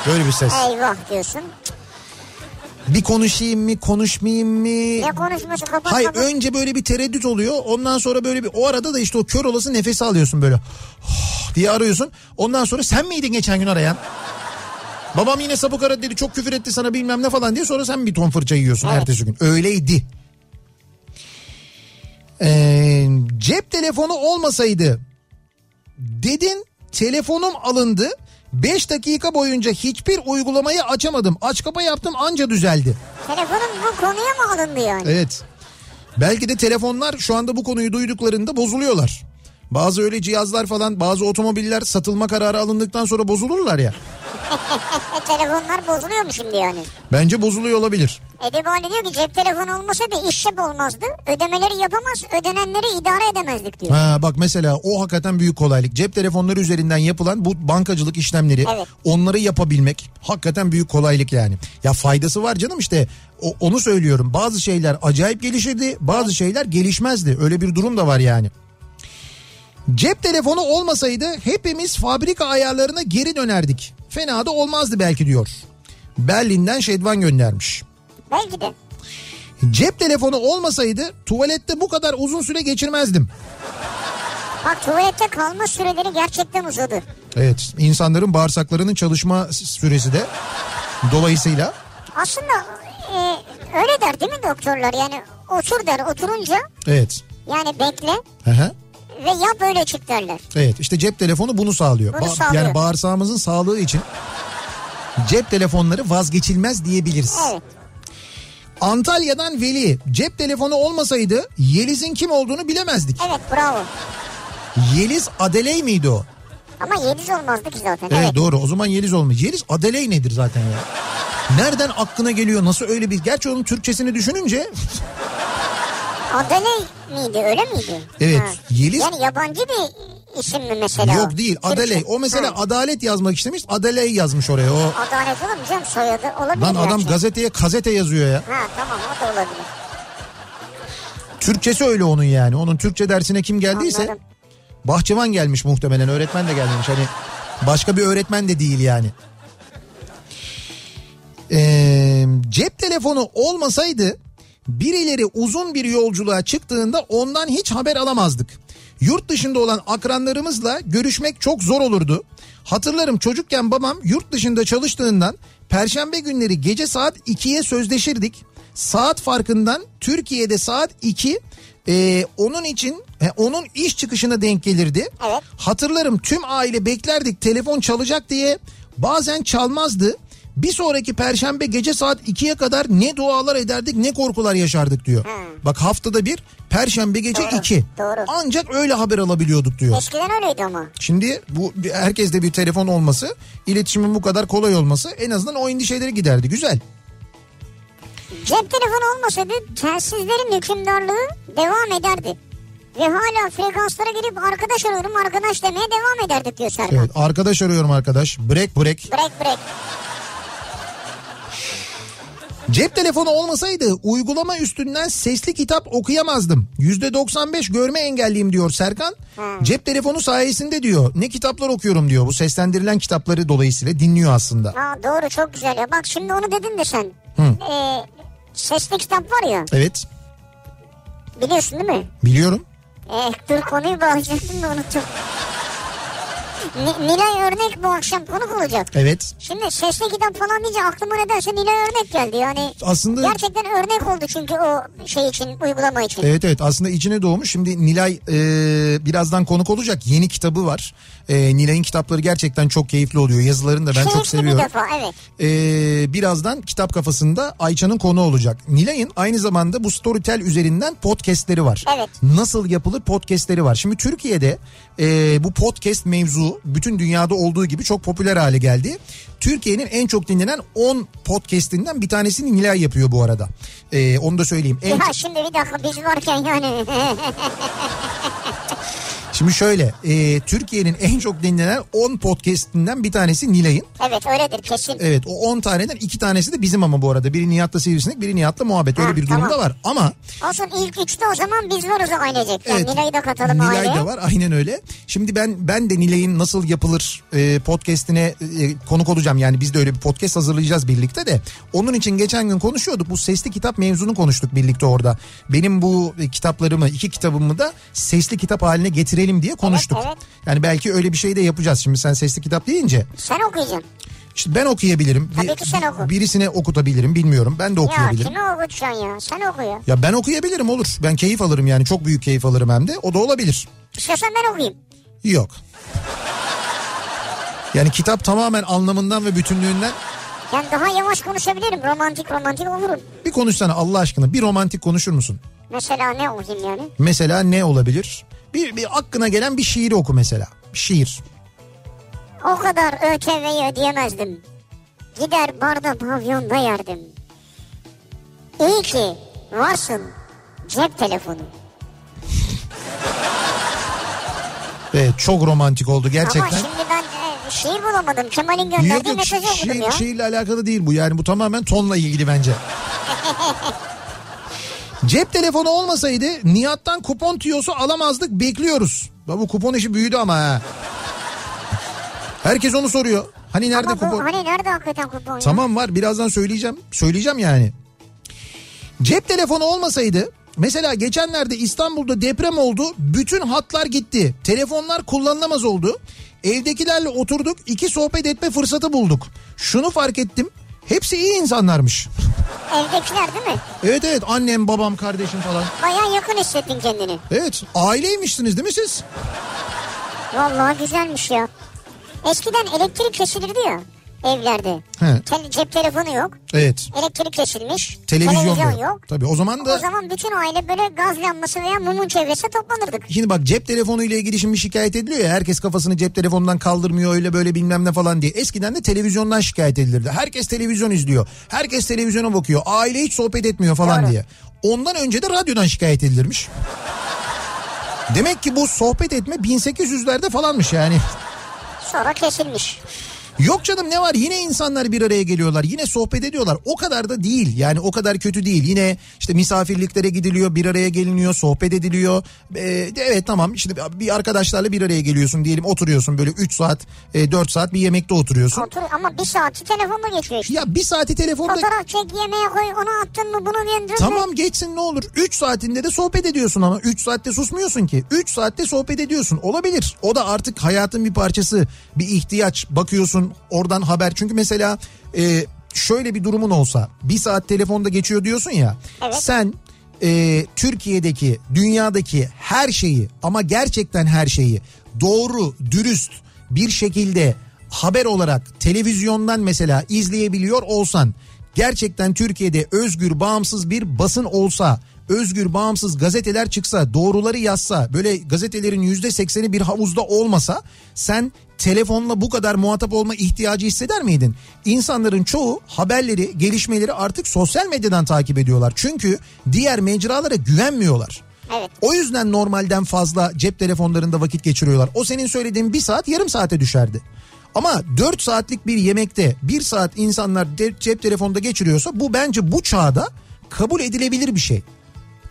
Böyle bir ses.
Eyvah diyorsun.
Bir konuşayım mı konuşmayayım mı?
Ya konuşması kapat
Hayır
kapat.
önce böyle bir tereddüt oluyor. Ondan sonra böyle bir o arada da işte o kör olası nefesi alıyorsun böyle. diye arıyorsun. Ondan sonra sen miydin geçen gün arayan? Babam yine sapık aradı dedi çok küfür etti sana bilmem ne falan diye sonra sen bir ton fırça yiyorsun
Evet.
ertesi gün. Öyleydi. Ee, cep telefonu olmasaydı dedin telefonum alındı 5 dakika boyunca hiçbir uygulamayı açamadım aç kapa yaptım anca düzeldi.
Telefonun bu konuya mı alındı yani?
Evet. Belki de telefonlar şu anda bu konuyu duyduklarında bozuluyorlar. Bazı öyle cihazlar falan bazı otomobiller satılma kararı alındıktan sonra bozulurlar ya.
E, telefonlar bozuluyor mu şimdi yani?
Bence bozuluyor olabilir.
Edip Ali diyor ki cep telefonu olmasaydı iş yap olmazdı. Ödemeleri yapamaz, ödenenleri idare edemezdik diyor.
Ha bak mesela o hakikaten büyük kolaylık. Cep telefonları üzerinden yapılan bu bankacılık işlemleri
Evet.
onları yapabilmek hakikaten büyük kolaylık yani. Ya faydası var canım işte o- onu söylüyorum. Bazı şeyler acayip gelişirdi bazı şeyler gelişmezdi. Öyle bir durum da var yani. Cep telefonu olmasaydı hepimiz fabrika ayarlarına geri dönerdik. Fena da olmazdı belki diyor. Berlin'den Şedvan göndermiş.
Belki de.
Cep telefonu olmasaydı tuvalette bu kadar uzun süre geçirmezdim.
Bak tuvalette kalma süreleri gerçekten uzadı.
Evet insanların bağırsaklarının çalışma s- süresi de dolayısıyla
Aslında e, öyle der değil mi doktorlar? Yani otur der oturunca
evet.
yani bekle
Hı hı.
ve yap öyle çık derler.
Evet işte cep telefonu bunu sağlıyor.
Bunu
Ba-
sağlıyor.
Yani bağırsağımızın sağlığı için cep telefonları vazgeçilmez diyebiliriz.
Evet.
Antalya'dan Veli cep telefonu olmasaydı Yeliz'in kim olduğunu bilemezdik.
Evet bravo.
Yeliz Adeley miydi o?
Ama Yeliz olmazdı ki zaten.
Evet,
Evet.
doğru o zaman Yeliz olmuş. Yeliz Adeley nedir zaten ya? Nereden aklına geliyor nasıl öyle bir... Gerçi onun Türkçesini düşününce
Adele miydi öyle miydi?
Evet, Yeliz-
Yani yabancı bir isim mi mesela?
yok değil
Türkçe.
Adeley. O mesela
Ha.
adalet yazmak istemiş Adeley yazmış oraya. O
Adalet olur mu canım soyadı? Olabilir.
Lan adam
belki.
gazeteye kazete yazıyor ya.
Ha tamam o da olabilir.
Türkçesi öyle onun yani. Onun Türkçe dersine kim geldiyse
Anladım.
bahçıvan gelmiş muhtemelen. Öğretmen de gelmemiş. Hani başka bir öğretmen de değil yani. Ee, cep telefonu olmasaydı birileri uzun bir yolculuğa çıktığında ondan hiç haber alamazdık. Yurt dışında olan akranlarımızla görüşmek çok zor olurdu. Hatırlarım çocukken babam yurt dışında çalıştığından perşembe günleri gece saat 2'ye sözleşirdik. Saat farkından Türkiye'de saat 2 ee, onun için he, onun iş çıkışına denk gelirdi.
Evet.
Hatırlarım tüm aile beklerdik telefon çalacak diye bazen çalmazdı. Bir sonraki perşembe gece saat 2'ye kadar ne dualar ederdik ne korkular yaşardık diyor. Bak haftada bir perşembe gece
Hmm. Doğru,
2.
doğru.
Ancak öyle haber alabiliyorduk diyor.
Eskiden öyleydi ama.
Şimdi bu herkeste bir telefon olması, iletişimin bu kadar kolay olması en azından o endişeleri giderdi. Güzel.
Cep telefonu olmasaydı telsizlerin hükümdarlığı devam ederdi. Ve hala frekanslara girip arkadaş arıyorum arkadaş demeye devam ederdik diyor Serkan.
Evet, arkadaş arıyorum arkadaş. Break break.
Break break.
Cep telefonu olmasaydı uygulama üstünden sesli kitap okuyamazdım. %95 görme engelliyim diyor Serkan. Cep telefonu sayesinde diyor. Ne kitaplar okuyorum diyor. Bu seslendirilen kitapları dolayısıyla dinliyor aslında.
Aa, doğru çok güzel ya. Bak şimdi onu dedin de sen. Ee, sesli kitap var ya
Evet
biliyorsun değil mi?
biliyorum.
Eh dur konuyu bağlayacaktım da unuttum. Ni- Nilay Örnek bu akşam konuk olacak.
Evet.
Şimdi sesli kitap falan deyince aklıma nedense Nilay Örnek geldi yani.
Aslında
Gerçekten örnek oldu çünkü o şey için uygulama için.
Evet evet aslında içine doğmuş. Şimdi Nilay e, birazdan konuk olacak. Yeni kitabı var. E, Nilay'ın kitapları gerçekten çok keyifli oluyor. Yazılarını da ben çok
Keyifli
seviyorum.
bir defa evet.
Ee, birazdan kitap kafasında Ayça'nın konu olacak. Nilay'ın aynı zamanda bu Storytel üzerinden podcastleri var.
Evet.
Nasıl yapılır podcastleri var. Şimdi Türkiye'de e, bu podcast mevzu bütün dünyada olduğu gibi çok popüler hale geldi. Türkiye'nin en çok dinlenen 10 podcastinden bir tanesini Nilay yapıyor bu arada. Ee, onu da söyleyeyim. En
Ya şimdi bir dakika biz varken yani.
Şimdi şöyle e, Türkiye'nin en çok dinlenen 10 podcastinden bir tanesi Nilay'ın.
evet öyledir kesin.
Evet o 10 taneden 2 tanesi de bizim ama bu arada. Biri Nihat'la Sivrisinek biri Nihat'la Muhabbet öyle
Ha,
bir durum
tamam.
da var. Ama
Olsun ilk üçte o zaman biz varız ailecek. Yani
Evet.
Nilay'ı da katalım
Nilay
aileye.
da var aynen öyle. Şimdi ben ben de Nilay'ın nasıl yapılır e, podcastine e, konuk olacağım. Yani biz de öyle bir podcast hazırlayacağız birlikte de. Onun için geçen gün konuşuyorduk. Bu sesli kitap mevzunu konuştuk birlikte orada. Benim bu e, kitaplarımı iki kitabımı da sesli kitap haline getirelim diye konuştuk.
evet.
Yani belki öyle bir şey de yapacağız. Şimdi sen sesli kitap deyince
Sen okuyacaksın.
işte ben okuyabilirim.
Tabii
Bir-
ki sen oku.
Birisine okutabilirim bilmiyorum. Ben de
Ya
okuyabilirim.
kimi okutacaksın ya? Sen oku ya.
Ya ben okuyabilirim olur. Ben keyif alırım yani çok büyük keyif alırım hem de. O da olabilir.
İstiyorsan ben okuyayım.
Yok. Yani kitap tamamen anlamından ve bütünlüğünden
Yani daha yavaş konuşabilirim. Romantik romantik olurum.
bir konuşsana Allah aşkına bir romantik konuşur musun?
Mesela ne okuyayım yani?
Mesela ne olabilir? Bir, bir aklına gelen bir şiiri oku mesela. Şiir.
O kadar ÖTV'yi ödeyemezdim. Gider barda pavyonda yerdim. İyi ki varsın cep telefonu.
Evet çok romantik oldu
Ama
gerçekten.
şimdi ben e, şiir bulamadım. Kemal'in
Yok
gönderdiği
yok
mesajı okudum ya.
şi- şiirle alakalı değil bu yani bu tamamen tonla ilgili bence. Cep telefonu olmasaydı Nihat'tan kupon tüyosu alamazdık bekliyoruz. Ya bu kupon işi büyüdü ama ha. Herkes onu soruyor. Hani nerede
Ama bu
kupon?
hani nerede hakikaten kupon ya?
Tamam var birazdan söyleyeceğim. Söyleyeceğim yani. Cep telefonu olmasaydı mesela geçenlerde İstanbul'da deprem oldu. Bütün hatlar gitti. Telefonlar kullanılamaz oldu. Evdekilerle oturduk. iki sohbet etme fırsatı bulduk. Şunu fark ettim. Hepsi iyi insanlarmış.
Evdekiler değil mi?
Evet evet annem babam kardeşim falan.
Baya yakın hissettin kendini.
Evet aileymişsiniz değil mi siz?
Vallahi güzelmiş ya. Eskiden elektrik kesilirdi ya evlerde.
He.
Tel- cep telefonu yok.
Evet.
Elektrik kesilmiş.
Televizyon, da
televizyon
yok.
yok.
Tabii o zaman da
O zaman bütün aile böyle gaz lambası veya mumun çevresi toplanırdık.
Şimdi bak cep telefonu ile ilgili şimdi şikayet ediliyor ya herkes kafasını cep telefonundan kaldırmıyor öyle böyle bilmem ne falan diye. Eskiden de televizyondan şikayet edilirdi. Herkes televizyon izliyor. Herkes televizyona bakıyor. Aile hiç sohbet etmiyor falan diye. Ondan önce de radyodan şikayet edilirmiş. Demek ki bu sohbet etme 1800'lerde falanmış yani.
Sonra kesilmiş.
Yok canım ne var yine insanlar bir araya geliyorlar yine sohbet ediyorlar o kadar da değil yani o kadar kötü değil yine işte misafirliklere gidiliyor bir araya geliniyor sohbet ediliyor Ee, de- evet tamam işte bir arkadaşlarla bir araya geliyorsun diyelim oturuyorsun böyle 3 saat 4 saat bir yemekte oturuyorsun.
Otur ama bir saati telefonla geçiyor işte.
Ya bir saati telefonda
Fotoğraf çek yemeğe koy onu attın mı bunu gönderdin mi?
tamam geçsin ne olur 3 saatinde de sohbet ediyorsun ama 3 saatte susmuyorsun ki 3 saatte sohbet ediyorsun olabilir o da artık hayatın bir parçası bir ihtiyaç bakıyorsun oradan haber çünkü mesela e, şöyle bir durumun olsa bir saat telefonda geçiyor diyorsun ya
Evet.
sen e, Türkiye'deki dünyadaki her şeyi ama gerçekten her şeyi doğru dürüst bir şekilde haber olarak televizyondan mesela izleyebiliyor olsan gerçekten Türkiye'de özgür bağımsız bir basın olsa özgür bağımsız gazeteler çıksa doğruları yazsa böyle gazetelerin yüzde sekseni bir havuzda olmasa sen telefonla bu kadar muhatap olma ihtiyacı hisseder miydin? İnsanların çoğu haberleri gelişmeleri artık sosyal medyadan takip ediyorlar çünkü diğer mecralara güvenmiyorlar.
Evet.
O yüzden normalden fazla cep telefonlarında vakit geçiriyorlar. O senin söylediğin bir saat yarım saate düşerdi. Ama 4 saatlik bir yemekte bir saat insanlar de- cep telefonda geçiriyorsa bu bence bu çağda kabul edilebilir bir şey.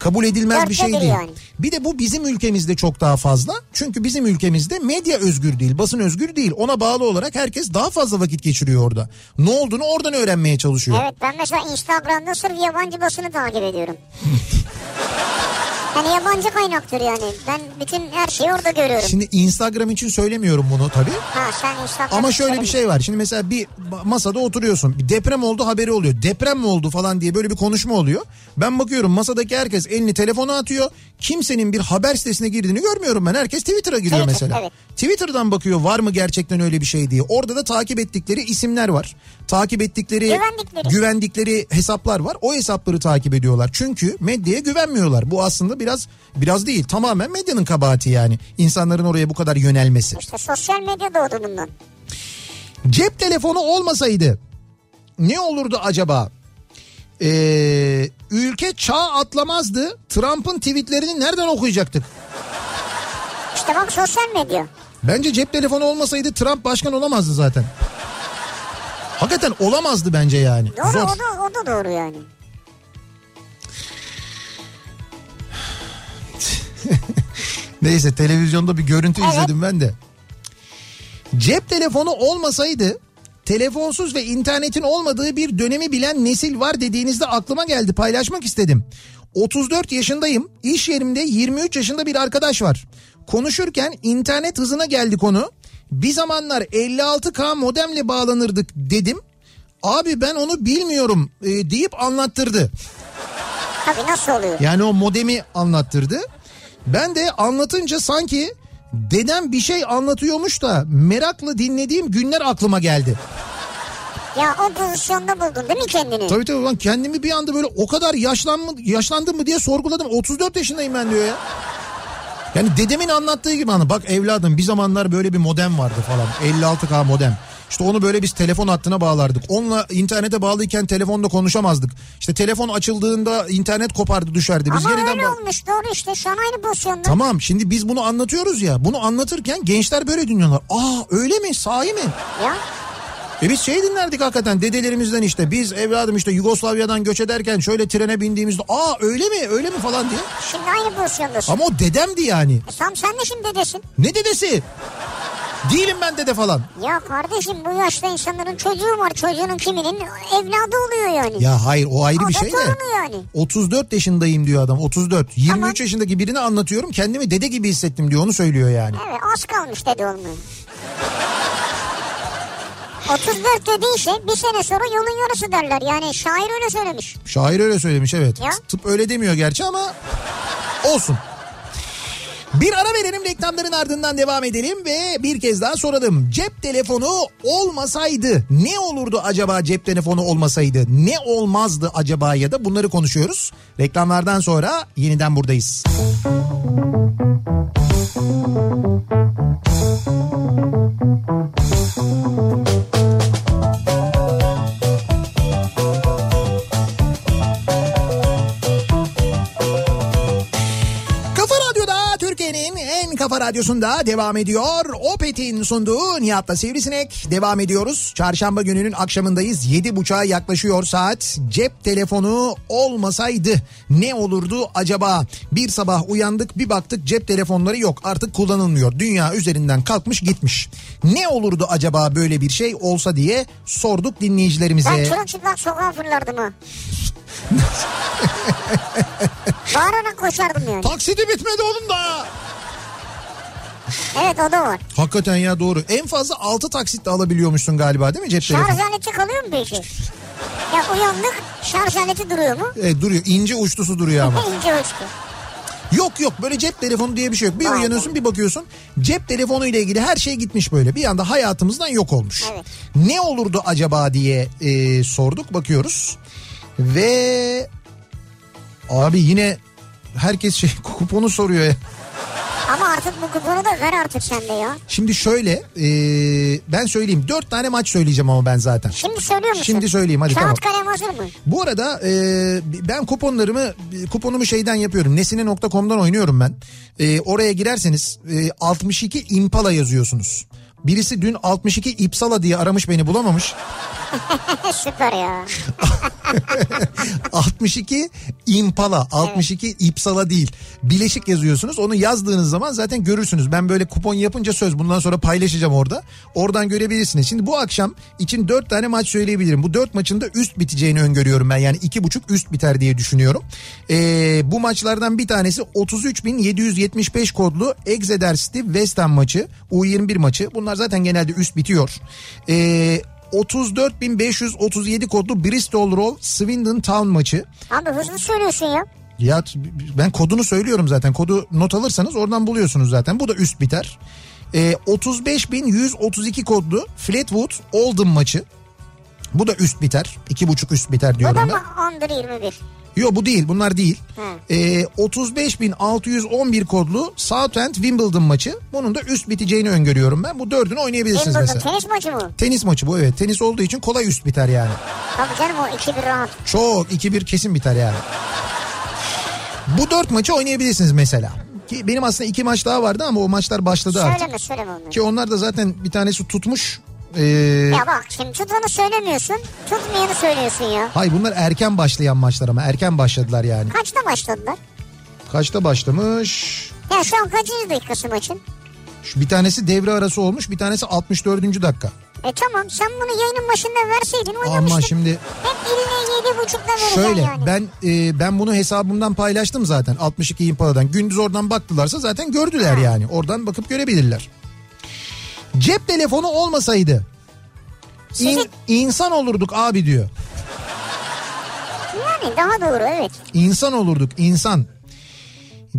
Kabul edilmez bir şey
Dörttedir
değil.
yani.
Bir de bu bizim ülkemizde çok daha fazla. Çünkü bizim ülkemizde medya özgür değil, basın özgür değil. Ona bağlı olarak herkes daha fazla vakit geçiriyor orada. Ne olduğunu oradan öğrenmeye çalışıyor.
Evet ben mesela Instagram'da sırf yabancı basını takip ediyorum. yani yabancı kaynaktır yani. Ben bütün her şeyi orada görüyorum.
Şimdi Instagram için söylemiyorum bunu tabii.
Ha sen Instagram.
Ama şöyle bir şey var. Şimdi mesela bir ba- masada oturuyorsun. Bir deprem oldu haberi oluyor. Deprem mi oldu falan diye böyle bir konuşma oluyor. Ben bakıyorum masadaki herkes elini telefona atıyor. Kimsenin bir haber sitesine girdiğini görmüyorum ben. Herkes Twitter'a giriyor
Twitter,
mesela.
evet.
Twitter'dan bakıyor var mı gerçekten öyle bir şey diye. Orada da takip ettikleri isimler var. Takip ettikleri
Güvendikleri.
güvendikleri hesaplar var. O hesapları takip ediyorlar. Çünkü medyaya güvenmiyorlar. Bu aslında biraz biraz değil. Tamamen medyanın kabahati yani. İnsanların oraya bu kadar yönelmesi.
İşte sosyal medya doğdu bundan.
Cep telefonu olmasaydı ne olurdu acaba? Ee, ülke çağ atlamazdı. Trump'ın tweetlerini nereden okuyacaktık?
İşte bak sosyal medya.
Bence cep telefonu olmasaydı Trump başkan olamazdı zaten. Hakikaten olamazdı bence yani.
Doğru
Zor.
o da, o da doğru yani.
Neyse televizyonda bir görüntü
Evet.
izledim ben de. Cep telefonu olmasaydı telefonsuz ve internetin olmadığı bir dönemi bilen nesil var dediğinizde aklıma geldi paylaşmak istedim. 34 yaşındayım. İş yerimde 23 yaşında bir arkadaş var. Konuşurken internet hızına geldi konu. Bir zamanlar 56K modemle bağlanırdık dedim. Abi ben onu bilmiyorum e, deyip anlattırdı.
Tabii nasıl oluyor?
Yani o modemi anlattırdı. Ben de anlatınca sanki dedem bir şey anlatıyormuş da merakla dinlediğim günler aklıma geldi.
Ya o pozisyonda buldun değil mi kendini?
Tabii tabii ben kendimi bir anda böyle o kadar yaşlanma, yaşlandım mı diye sorguladım. 34 yaşındayım ben diyor ya. Yani dedemin anlattığı gibi hani bak evladım bir zamanlar böyle bir modem vardı falan 56K modem. İşte onu böyle biz telefon hattına bağlardık. Onunla internete bağlıyken telefonda konuşamazdık. İşte telefon açıldığında internet kopardı düşerdi. Biz
Ama
yeniden
öyle
bağ-
olmuş doğru işte şu an aynı pozisyonda.
Tamam şimdi biz bunu anlatıyoruz ya. Bunu anlatırken gençler böyle dinliyorlar. Aa öyle mi? Sahi mi?
Ya
E biz şey dinlerdik hakikaten dedelerimizden işte. Biz evladım işte Yugoslavya'dan göç ederken şöyle trene bindiğimizde aa öyle mi? Öyle mi falan diye.
şimdi aynı pozisyondasın.
Ama o dedemdi yani.
E, Sam sen de şimdi dedesin.
Ne dedesi? Değilim ben dede falan.
Ya kardeşim bu yaşta insanların çocuğu var. Çocuğunun kiminin evladı oluyor yani.
Ya hayır o ayrı
O
bir
da
şey de.
torunu yani.
34 yaşındayım diyor adam 34. 23
Tamam.
yaşındaki birine anlatıyorum kendimi dede gibi hissettim diyor onu söylüyor yani.
Evet az kalmış dedi olmuyor. 34 dediyse şey bir sene sonra yolun yarısı derler. Yani şair öyle söylemiş.
Şair öyle söylemiş evet.
Ya.
Tıp öyle demiyor gerçi ama olsun. Bir ara verelim reklamların ardından devam edelim ve bir kez daha soralım. Cep telefonu olmasaydı ne olurdu acaba cep telefonu olmasaydı? Ne olmazdı acaba ya da bunları konuşuyoruz. Reklamlardan sonra yeniden buradayız. Kafa Radyo'da Türkiye'nin en kafa radyosunda devam ediyor. Opet'in sunduğu Nihat'la Sivrisinek devam ediyoruz. Çarşamba gününün akşamındayız. Yedi buçuğa yaklaşıyor saat. Cep telefonu olmasaydı ne olurdu acaba? Bir sabah uyandık bir baktık cep telefonları yok artık kullanılmıyor. Dünya üzerinden kalkmış gitmiş. Ne olurdu acaba böyle bir şey olsa diye sorduk dinleyicilerimize.
Ben çırılçıplak sokağa fırlardım ha. Bağırarak koşardım yani.
Taksidi bitmedi oğlum da.
Evet o da var.
Hakikaten ya doğru. En fazla 6 taksit de alabiliyormuşsun galiba değil mi cep telefonu?
Şarj aleti kalıyor mu peki? Ya uyandık şarj aleti duruyor mu?
E, duruyor. ince uçlusu duruyor ama.
İnce ölçtü.
yok yok böyle cep telefonu diye bir şey yok. Bir
Aynen.
uyanıyorsun bir bakıyorsun cep telefonu ile ilgili her şey gitmiş böyle. Bir anda hayatımızdan yok olmuş.
Evet.
Ne olurdu acaba diye e, sorduk bakıyoruz. Ve abi yine herkes şey kuponu soruyor ya.
Ama artık bu kuponu da ver artık sen de ya.
Şimdi şöyle e, ben söyleyeyim. Dört tane maç söyleyeceğim ama ben zaten.
Şimdi söylüyor musun?
Şimdi söyleyeyim, hadi
Kağıt kalem hazır mı?
Bu arada e, ben kuponlarımı kuponumu şeyden yapıyorum. Nesine.com'dan oynuyorum ben. E, oraya girerseniz e, 62 Impala yazıyorsunuz. Birisi dün 62 İpsala diye aramış beni bulamamış.
E, Süper ya.
62 Impala 62 İpsala değil. Bileşik yazıyorsunuz. Onu yazdığınız zaman zaten görürsünüz. Ben böyle kupon yapınca söz bundan sonra paylaşacağım orada. Oradan görebilirsiniz. Şimdi bu akşam için 4 tane maç söyleyebilirim. Bu 4 maçın da üst biteceğini öngörüyorum ben. Yani 2,5 üst biter diye düşünüyorum. Ee, bu maçlardan bir tanesi 33.775 kodlu Exeter City West Ham maçı. U21 maçı. Bunlar zaten genelde üst bitiyor. Ee, 34.537 kodlu Bristol Row Swindon Town maçı.
Abi hızlı söylüyorsun ya.
Ya t- ben kodunu söylüyorum zaten. Kodu not alırsanız oradan buluyorsunuz zaten. Bu da üst biter. Ee, 35.132 kodlu Fleetwood Oldham maçı. Bu da üst biter. 2.5 üst biter
Bu da
diyorum ben.
mı Under 21?
Yok bu değil bunlar değil.
Hı.
Ee, 35.611 kodlu Southend Wimbledon maçı. Bunun da üst biteceğini öngörüyorum ben. Bu dördünü oynayabilirsiniz
Wimbledon
mesela.
tenis maçı mı?
Tenis maçı bu evet. Tenis olduğu için kolay üst biter yani.
Tabii canım o 2-1 rahat.
Çok 2-1 kesin biter yani. Bu dört maçı oynayabilirsiniz mesela. Ki benim aslında iki maç daha vardı ama o maçlar başladı artık.
Söyleme söyleme onları.
Ki onlar da zaten bir tanesi tutmuş. Ee,
Ya bak şimdi tutanı söylemiyorsun, tutmayanı söylüyorsun ya.
Hayır bunlar erken başlayan maçlar ama erken başladılar yani.
Kaçta başladılar?
Kaçta başlamış?
Ya şu an kaçıncı dakikası maçın?
Şu bir tanesi devre arası olmuş bir tanesi 64. dakika.
E tamam sen bunu yayının başında verseydin oynamıştın.
Ama şimdi
Hep eline yedi buçukta vereceksin
Şöyle
yani.
ben e, ben bunu hesabımdan paylaştım zaten 62 Impala'dan. Gündüz oradan baktılarsa zaten gördüler yani. Oradan bakıp görebilirler. Cep telefonu olmasaydı
Sizin-
in- insan olurduk abi diyor.
Yani daha doğru evet.
İnsan olurduk insan.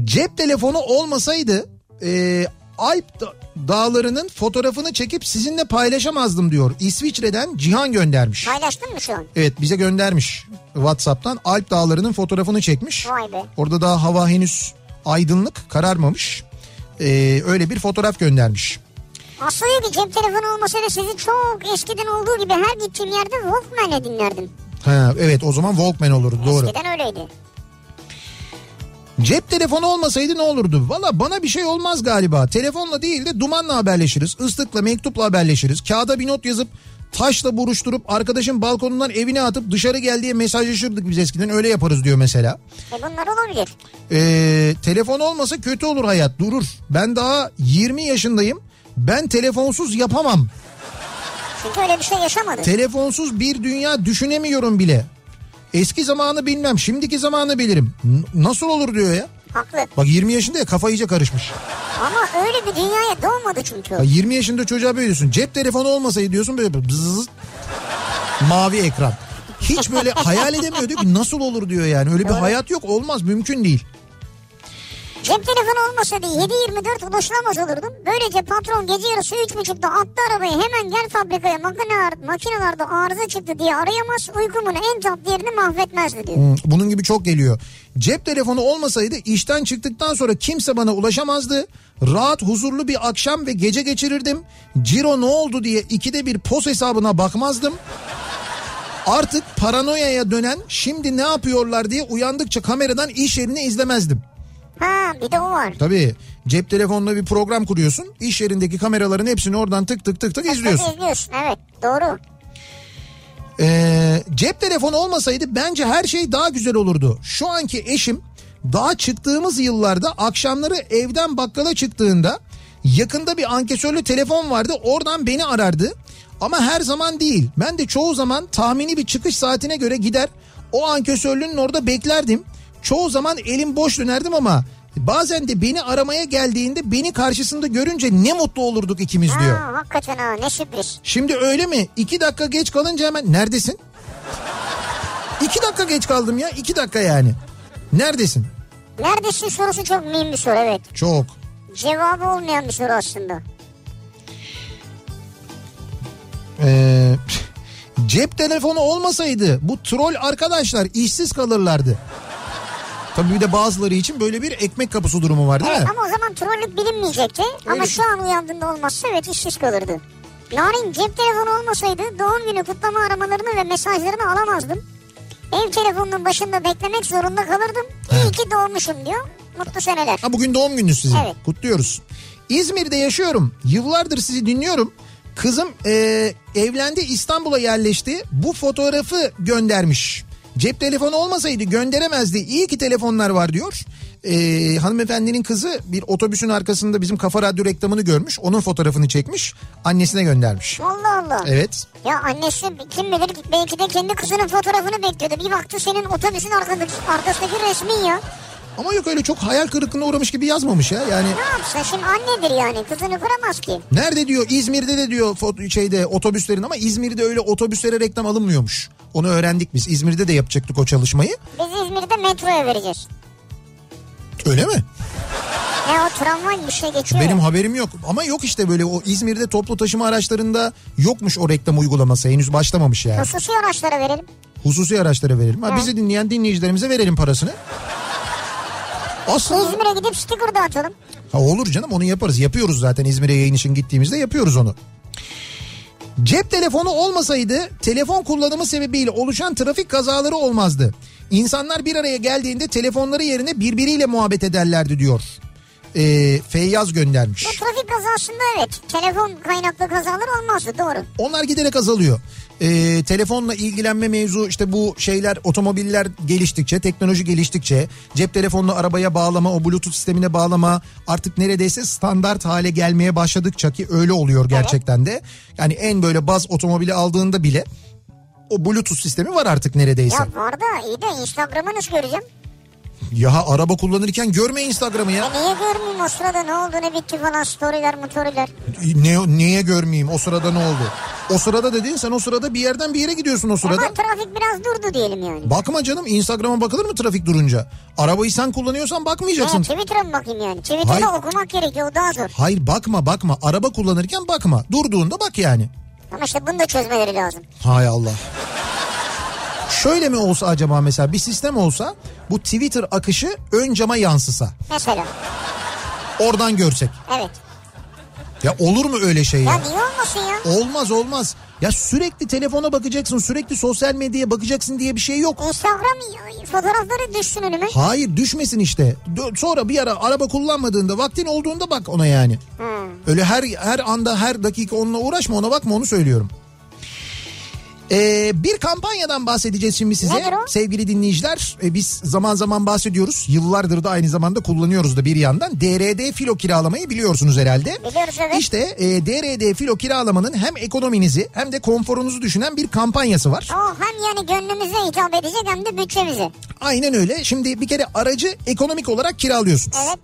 Cep telefonu olmasaydı e, Alp da- dağlarının fotoğrafını çekip sizinle paylaşamazdım diyor. İsviçre'den Cihan göndermiş.
Paylaştın mı şu an?
Evet bize göndermiş Whatsapp'tan Alp Dağları'nın fotoğrafını çekmiş.
Vay be.
Orada daha hava henüz aydınlık kararmamış. Ee, öyle bir fotoğraf göndermiş.
Aslında bir cep telefonu olmasaydı sizi çok eskiden olduğu gibi her gittiğim yerde Walkman'le dinlerdim.
Ha, evet o zaman Walkman olurdu doğru.
Eskiden öyleydi.
Cep telefonu olmasaydı ne olurdu? Valla bana bir şey olmaz galiba. Telefonla değil de dumanla haberleşiriz. ıslıkla mektupla haberleşiriz. Kağıda bir not yazıp taşla buruşturup arkadaşın balkonundan evine atıp dışarı gel diye mesajlaşırdık biz eskiden öyle yaparız diyor mesela.
E bunlar olabilir.
Ee, telefon olmasa kötü olur hayat durur. Ben daha 20 yaşındayım. Ben telefonsuz yapamam.
Çünkü öyle bir şey yaşamadı.
Telefonsuz bir dünya düşünemiyorum bile. Eski zamanı bilmem, şimdiki zamanı bilirim. N- nasıl olur diyor ya.
Haklı.
Bak 20 yaşında ya kafa iyice karışmış.
Ama öyle bir dünyaya doğmadı çünkü. o.
Ya 20 yaşında çocuğa böyle diyorsun. Cep telefonu olmasaydı diyorsun böyle bzzz, mavi ekran. Hiç böyle hayal edemiyor diyor ki nasıl olur diyor yani. Öyle bir hayat yok olmaz mümkün değil.
Cep telefonu olmasaydı 7-24 ulaşılamaz olurdum. Böylece patron gece yarısı 3.30'da attı arabayı hemen gel fabrikaya makineler, makinelerde arıza çıktı diye arayamaz. Uykumun en tatlı yerini mahvetmezdi diyor.
Hmm, Bunun gibi çok geliyor. Cep telefonu olmasaydı işten çıktıktan sonra kimse bana ulaşamazdı. Rahat huzurlu bir akşam ve gece geçirirdim. Ciro ne oldu diye ikide bir pos hesabına bakmazdım. Artık paranoyaya dönen şimdi ne yapıyorlar diye uyandıkça kameradan iş yerini izlemezdim.
Ha bir de o var.
Tabii cep telefonuna bir program kuruyorsun. İş yerindeki kameraların hepsini oradan tık tık tık tık izliyorsun.
Tabii izliyorsun evet doğru.
Ee, cep telefonu olmasaydı bence her şey daha güzel olurdu. Şu anki eşim daha çıktığımız yıllarda akşamları evden bakkala çıktığında yakında bir ankesörlü telefon vardı oradan beni arardı. Ama her zaman değil. Ben de çoğu zaman tahmini bir çıkış saatine göre gider. O ankesörlünün orada beklerdim. Çoğu zaman elim boş dönerdim ama bazen de beni aramaya geldiğinde beni karşısında görünce ne mutlu olurduk ikimiz diyor.
Ha, hakikaten ha ne sürpriz.
Şimdi öyle mi? İki dakika geç kalınca hemen neredesin? İki dakika geç kaldım ya. iki dakika yani. Neredesin?
Neredesin sorusu çok mühim bir soru evet.
Çok.
Cevabı olmayan bir soru aslında.
Ee, cep telefonu olmasaydı bu troll arkadaşlar işsiz kalırlardı. Tabii bir de bazıları için böyle bir ekmek kapısı durumu var değil
Evet,
mi?
ama o zaman trollük bilinmeyecekti. Ama şu an uyandığında olmazsa evet işsiz kalırdı. Narin cep telefonu olmasaydı doğum günü kutlama aramalarını ve mesajlarını alamazdım. Ev telefonunun başında beklemek zorunda kalırdım. İyi ki doğmuşum diyor. Mutlu seneler.
Ha bugün doğum gününüz sizin.
Evet.
Kutluyoruz. İzmir'de yaşıyorum. Yıllardır sizi dinliyorum. Kızım eee, evlendi İstanbul'a yerleşti. Bu fotoğrafı göndermiş. Cep telefonu olmasaydı gönderemezdi. İyi ki telefonlar var diyor. Eee, hanımefendinin kızı bir otobüsün arkasında bizim Kafa Radyo reklamını görmüş. Onun fotoğrafını çekmiş. Annesine göndermiş.
Allah Allah.
Evet.
Ya annesi kim bilir belki de kendi kızının fotoğrafını bekliyordu. Bir baktı senin otobüsün arkadaki, arkasındaki resmin ya.
Ama yok öyle çok hayal kırıklığına uğramış gibi yazmamış ya. Yani
Ne yapsa şimdi annedir yani kızını kıramaz ki.
Nerede diyor İzmir'de de diyor fo- şeyde otobüslerin ama İzmir'de öyle otobüslere reklam alınmıyormuş. Onu öğrendik biz. İzmir'de de yapacaktık o çalışmayı.
Biz İzmir'de metroya vereceğiz.
Öyle mi?
Ya o tramvay bir şey geçiyor.
Benim haberim yok. Ama yok işte böyle o İzmir'de toplu taşıma araçlarında yokmuş o reklam uygulaması. Henüz başlamamış yani.
Hususi araçlara verelim.
Hususi araçlara verelim. Ha,
Hı.
bizi dinleyen dinleyicilerimize verelim parasını. Aslında
İzmir'e gidip sticker dağıtalım.
Ha olur canım onu yaparız. Yapıyoruz zaten İzmir'e yayın için gittiğimizde yapıyoruz onu. Cep telefonu olmasaydı telefon kullanımı sebebiyle oluşan trafik kazaları olmazdı. İnsanlar bir araya geldiğinde telefonları yerine birbiriyle muhabbet ederlerdi diyor. Ee, Feyyaz göndermiş.
Bu trafik kazasında evet telefon kaynaklı kazalar olmazdı doğru.
Onlar giderek azalıyor. Ee, telefonla ilgilenme mevzu işte bu şeyler otomobiller geliştikçe teknoloji geliştikçe cep telefonunu arabaya bağlama o bluetooth sistemine bağlama artık neredeyse standart hale gelmeye başladıkça ki öyle oluyor gerçekten de. Yani en böyle baz otomobili aldığında bile o bluetooth sistemi var artık neredeyse.
Ya var da iyi de Instagram'ı nasıl göreceğim?
Ya araba kullanırken görme Instagram'ı ya.
E niye görmeyeyim o sırada ne oldu ne bitti falan storyler motoriler.
Ne, niye görmeyeyim o sırada ne oldu? O sırada dediğin sen o sırada bir yerden bir yere gidiyorsun o sırada.
Ama trafik biraz durdu diyelim yani.
Bakma canım Instagram'a bakılır mı trafik durunca? Arabayı sen kullanıyorsan
E,
bakmayacaksın.
Twitter'a mı bakayım yani? Twitter'da
Hayır.
okumak gerekiyor o daha zor.
Hayır bakma bakma. Araba kullanırken bakma. Durduğunda bak yani.
Ama işte bunu da çözmeleri lazım.
Hay Allah. Şöyle mi olsa acaba mesela bir sistem olsa bu Twitter akışı ön cama yansısa.
Mesela
Oradan görsek.
evet.
Ya olur mu öyle şey
Ya
ya?
niye olmasın ya?
Olmaz olmaz. Ya sürekli telefona bakacaksın, sürekli sosyal medyaya bakacaksın diye bir şey yok.
Instagram fotoğrafları düşsün önüme.
Hayır düşmesin işte. Dö- Sonra bir ara araba kullanmadığında vaktin olduğunda bak ona yani.
Hmm.
Öyle her her anda her dakika onunla uğraşma ona bakma onu söylüyorum. Ee, bir kampanyadan bahsedeceğiz şimdi size.
Nedir o?
Sevgili dinleyiciler e, biz zaman zaman bahsediyoruz. Yıllardır da aynı zamanda kullanıyoruz da bir yandan. DRD filo kiralamayı biliyorsunuz herhalde.
Biliyoruz, evet.
İşte e, DRD filo kiralamanın hem ekonominizi hem de konforunuzu düşünen bir kampanyası var.
O hem yani gönlümüze hitap edecek hem de bütçemize.
Aynen öyle. Şimdi bir kere aracı ekonomik olarak kiralıyorsunuz.
Evet.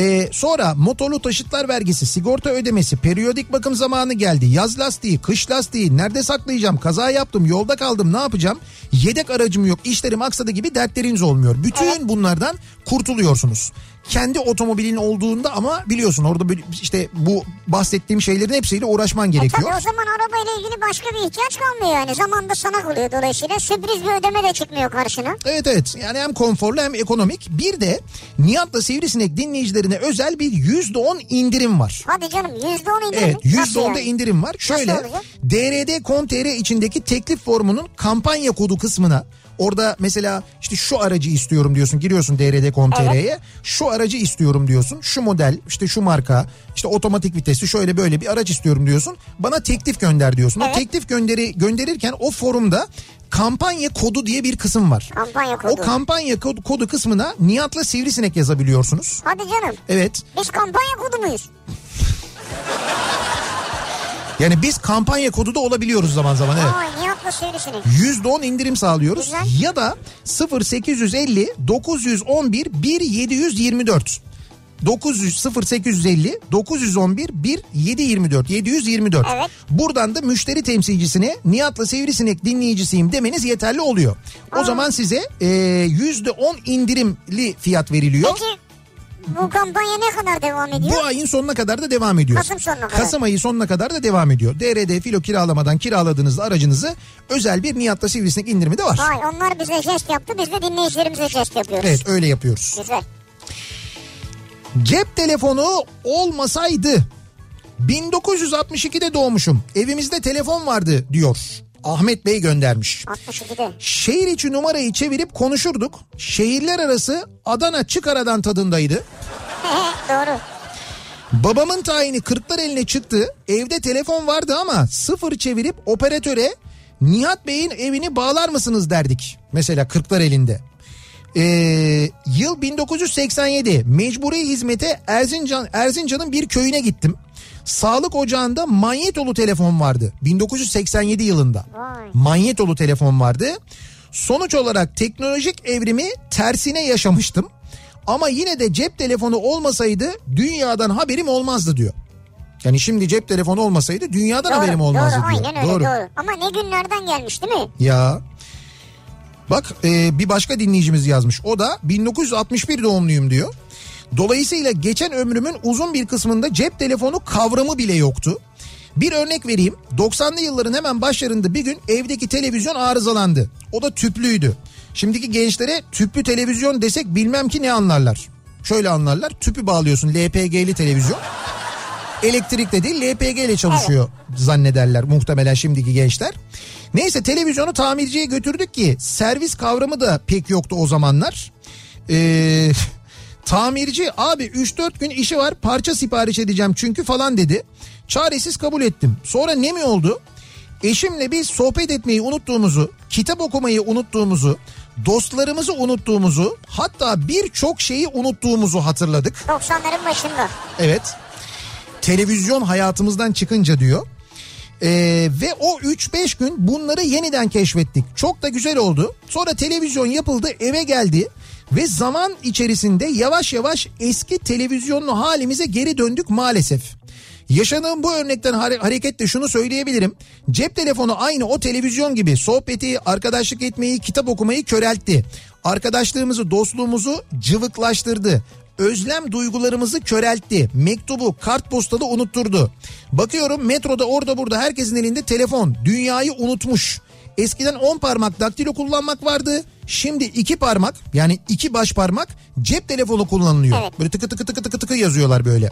Ee, sonra motorlu taşıtlar vergisi, sigorta ödemesi, periyodik bakım zamanı geldi. Yaz lastiği, kış lastiği, nerede saklayacağım, kaza yaptım, yolda kaldım, ne yapacağım? Yedek aracım yok, işlerim aksadı gibi dertleriniz olmuyor. Bütün bunlardan kurtuluyorsunuz. Kendi otomobilin olduğunda ama biliyorsun orada böyle işte bu bahsettiğim şeylerin hepsiyle uğraşman
E
gerekiyor.
tabii o zaman arabayla ilgili başka bir ihtiyaç kalmıyor yani. Zaman da sana kalıyor dolayısıyla sürpriz bir ödeme de çıkmıyor karşına.
Evet evet yani hem konforlu hem ekonomik. Bir de Nihat'la Sivrisinek dinleyicilerine özel bir %10 indirim var.
Hadi canım yüzde on indirim.
Evet
Nasıl
%10'da
yani?
indirim var. Şöyle
olacak?
DRD.com.tr içindeki teklif formunun kampanya kodu kısmına Orada mesela işte şu aracı istiyorum diyorsun giriyorsun drd.com.tr'ye şu aracı istiyorum diyorsun şu model işte şu marka işte otomatik vitesi şöyle böyle bir araç istiyorum diyorsun bana teklif gönder diyorsun.
Evet.
O teklif gönderi gönderirken o forumda kampanya kodu diye bir kısım var.
Kampanya
O
kodu.
kampanya kodu, kodu kısmına Nihat'la Sivrisinek yazabiliyorsunuz.
Hadi canım.
Evet.
Biz kampanya kodu muyuz?
Yani biz kampanya kodu da olabiliyoruz zaman zaman evet.
Aa Nihat'la seyrisini.
%10 indirim sağlıyoruz.
Güzel.
Ya da 0850 911 1724. 900 0850 911 1724 724.
Evet.
Buradan da müşteri temsilcisine Nihat'la Sivrisinek dinleyicisiyim demeniz yeterli oluyor. O zaman size e, %10 indirimli fiyat veriliyor.
Peki bu kampanya ne kadar devam ediyor?
Bu ayın sonuna kadar da devam ediyor.
Kasım sonuna kadar.
Kasım ayı sonuna kadar da devam ediyor. DRD filo kiralamadan kiraladığınızda aracınızı özel bir Nihat'la Sivrisinek indirimi de var.
Vay onlar bize jest yaptı biz de dinleyicilerimize jest yapıyoruz.
Evet öyle yapıyoruz.
Güzel.
Cep telefonu olmasaydı 1962'de doğmuşum. Evimizde telefon vardı diyor. Ahmet Bey göndermiş.
62'de.
Şehir içi numarayı çevirip konuşurduk. Şehirler arası Adana Çıkara'dan tadındaydı.
Doğru.
Babamın tayini kırklar eline çıktı. Evde telefon vardı ama sıfır çevirip operatöre Nihat Bey'in evini bağlar mısınız derdik. Mesela kırklar elinde. Ee, yıl 1987 mecburi hizmete Erzincan Erzincan'ın bir köyüne gittim. Sağlık ocağında manyetolu telefon vardı 1987 yılında.
Vay.
Manyetolu telefon vardı. Sonuç olarak teknolojik evrimi tersine yaşamıştım. Ama yine de cep telefonu olmasaydı dünyadan haberim olmazdı diyor. Yani şimdi cep telefonu olmasaydı dünyadan
Doğru,
haberim
doğru,
olmazdı diyor.
aynen öyle doğru. Ama ne günlerden gelmiş değil mi?
Ya. Bak e, bir başka dinleyicimiz yazmış. O da 1961 doğumluyum diyor. Dolayısıyla geçen ömrümün uzun bir kısmında cep telefonu kavramı bile yoktu. Bir örnek vereyim. 90'lı yılların hemen başlarında bir gün evdeki televizyon arızalandı. O da tüplüydü. Şimdiki gençlere tüplü televizyon desek bilmem ki ne anlarlar. Şöyle anlarlar. Tüpü bağlıyorsun LPG'li televizyon elektrikle değil LPG ile çalışıyor zannederler muhtemelen şimdiki gençler. Neyse televizyonu tamirciye götürdük ki servis kavramı da pek yoktu o zamanlar. Ee, tamirci abi 3-4 gün işi var parça sipariş edeceğim çünkü falan dedi. Çaresiz kabul ettim. Sonra ne mi oldu? Eşimle biz sohbet etmeyi unuttuğumuzu, kitap okumayı unuttuğumuzu, dostlarımızı unuttuğumuzu, hatta birçok şeyi unuttuğumuzu hatırladık.
90'ların başında.
Evet. Televizyon hayatımızdan çıkınca diyor. Ee, ve o 3-5 gün bunları yeniden keşfettik. Çok da güzel oldu. Sonra televizyon yapıldı eve geldi. Ve zaman içerisinde yavaş yavaş eski televizyonlu halimize geri döndük maalesef. Yaşadığım bu örnekten hare- hareketle şunu söyleyebilirim. Cep telefonu aynı o televizyon gibi sohbeti, arkadaşlık etmeyi, kitap okumayı köreltti. Arkadaşlığımızı, dostluğumuzu cıvıklaştırdı. Özlem duygularımızı köreltti. Mektubu kartpostalı unutturdu. Bakıyorum metroda orada burada herkesin elinde telefon. Dünyayı unutmuş. Eskiden 10 parmak daktilo kullanmak vardı. Şimdi iki parmak yani iki baş parmak cep telefonu kullanılıyor.
Evet.
Böyle tıkı tıkı tıkı tıkı tıkı yazıyorlar böyle.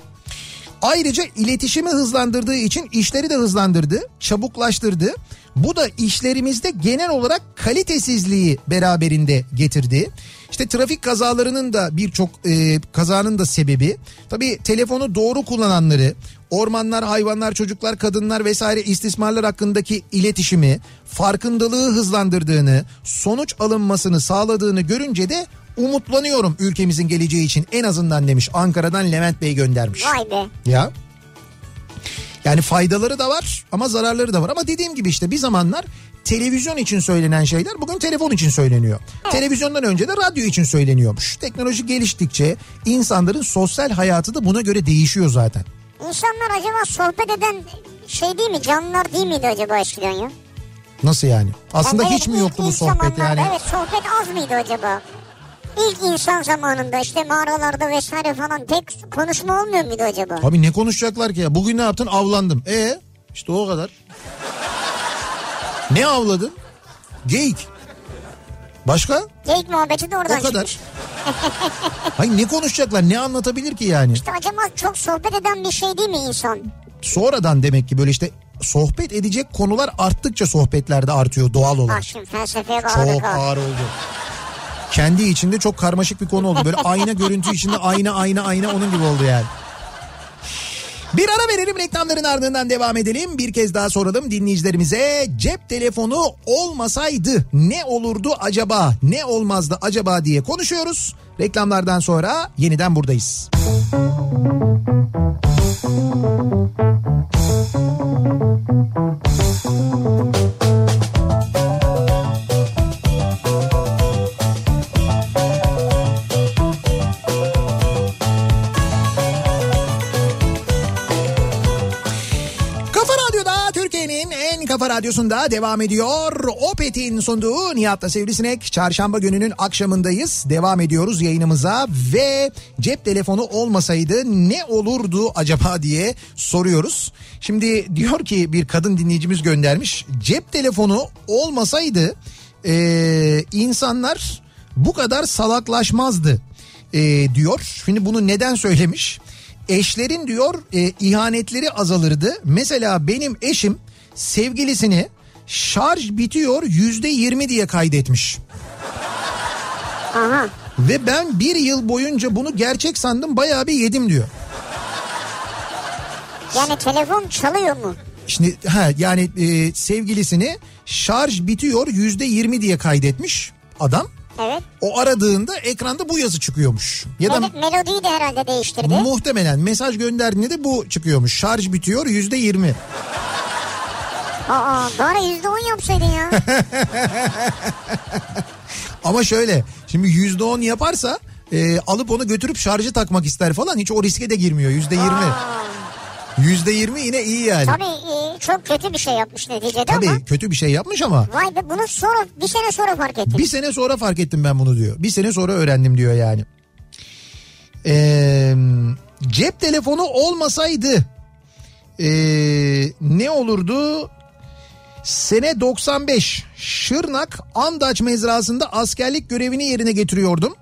Ayrıca iletişimi hızlandırdığı için işleri de hızlandırdı, çabuklaştırdı. Bu da işlerimizde genel olarak kalitesizliği beraberinde getirdi. İşte trafik kazalarının da birçok e, kazanın da sebebi. Tabii telefonu doğru kullananları, ormanlar, hayvanlar, çocuklar, kadınlar vesaire istismarlar hakkındaki iletişimi, farkındalığı hızlandırdığını, sonuç alınmasını sağladığını görünce de umutlanıyorum ülkemizin geleceği için en azından demiş Ankara'dan Levent Bey göndermiş.
Vay be.
Ya. Yani faydaları da var ama zararları da var. Ama dediğim gibi işte bir zamanlar televizyon için söylenen şeyler bugün telefon için söyleniyor. Televizyondan önce de radyo için söyleniyormuş. Teknoloji geliştikçe insanların sosyal hayatı da buna göre değişiyor zaten.
İnsanlar acaba sohbet eden şey değil mi? Canlılar değil miydi acaba eskiden ya?
Nasıl yani? Aslında
Yani
hiç mi
ilk-
yoktu bu
ilk
sohbet
zamanlarda,
yani?
Evet sohbet az mıydı acaba? İlk insan zamanında işte mağaralarda vesaire falan tek konuşma olmuyor muydu acaba?
Abi ne konuşacaklar ki ya? Bugün ne yaptın? Avlandım. E işte o kadar. ne avladın? Geyik. Başka?
Geyik muhabbeti de oradan
O kadar.
çıkmış.
Hayır ne konuşacaklar? Ne anlatabilir ki yani?
İşte acaba çok sohbet eden bir şey değil mi insan?
Sonradan demek ki böyle işte sohbet edecek konular arttıkça sohbetlerde artıyor doğal olarak.
Bak Ah, şimdi felsefeye
Çok
bağladık ah. ha.
ağır oldu. Kendi içinde çok karmaşık bir konu oldu. Böyle ayna görüntü içinde ayna ayna ayna onun gibi oldu yani. Bir ara verelim reklamların ardından devam edelim. Bir kez daha soralım dinleyicilerimize. Cep telefonu olmasaydı ne olurdu acaba? Ne olmazdı acaba diye konuşuyoruz. Reklamlardan sonra yeniden buradayız. Kafa Radyo'da Türkiye'nin en kafa radyosunda devam ediyor. Opet'in sunduğu Nihat'la Sivrisinek. Çarşamba gününün akşamındayız. Devam ediyoruz yayınımıza ve cep telefonu olmasaydı ne olurdu acaba diye soruyoruz. Şimdi diyor ki bir kadın dinleyicimiz göndermiş. Cep telefonu olmasaydı eee, insanlar bu kadar salaklaşmazdı eee, e, diyor. Şimdi bunu neden söylemiş? Eşlerin diyor e, ihanetleri azalırdı. Mesela benim eşim sevgilisini şarj bitiyor yüzde yirmi diye kaydetmiş.
Aha.
Ve ben bir yıl boyunca bunu gerçek sandım bayağı bir yedim diyor.
Yani telefon çalıyor mu?
Şimdi ha, yani e, sevgilisini şarj bitiyor yüzde yirmi diye kaydetmiş adam.
Evet.
O aradığında ekranda bu yazı çıkıyormuş. Ya da
Mel- melodiyi de herhalde değiştirdi.
muhtemelen mesaj gönderdiğinde de bu çıkıyormuş. Şarj bitiyor yüzde yirmi.
Aa bari yüzde on yapsaydın ya.
Ama şöyle şimdi yüzde on yaparsa e, alıp onu götürüp şarjı takmak ister falan hiç o riske de girmiyor yüzde yirmi. Yüzde yirmi yine iyi yani.
Tabii e, çok kötü bir şey yapmış neticede
Tabii
ama.
kötü bir şey yapmış ama
Vay be bunu sonra bir sene sonra fark ettim.
bir sene sonra fark ettim ben bunu diyor. Bir sene sonra öğrendim diyor yani. Ee, cep telefonu olmasaydı ee, ne olurdu? Sene 95 Şırnak Andaç mezrasında askerlik görevini yerine getiriyordum.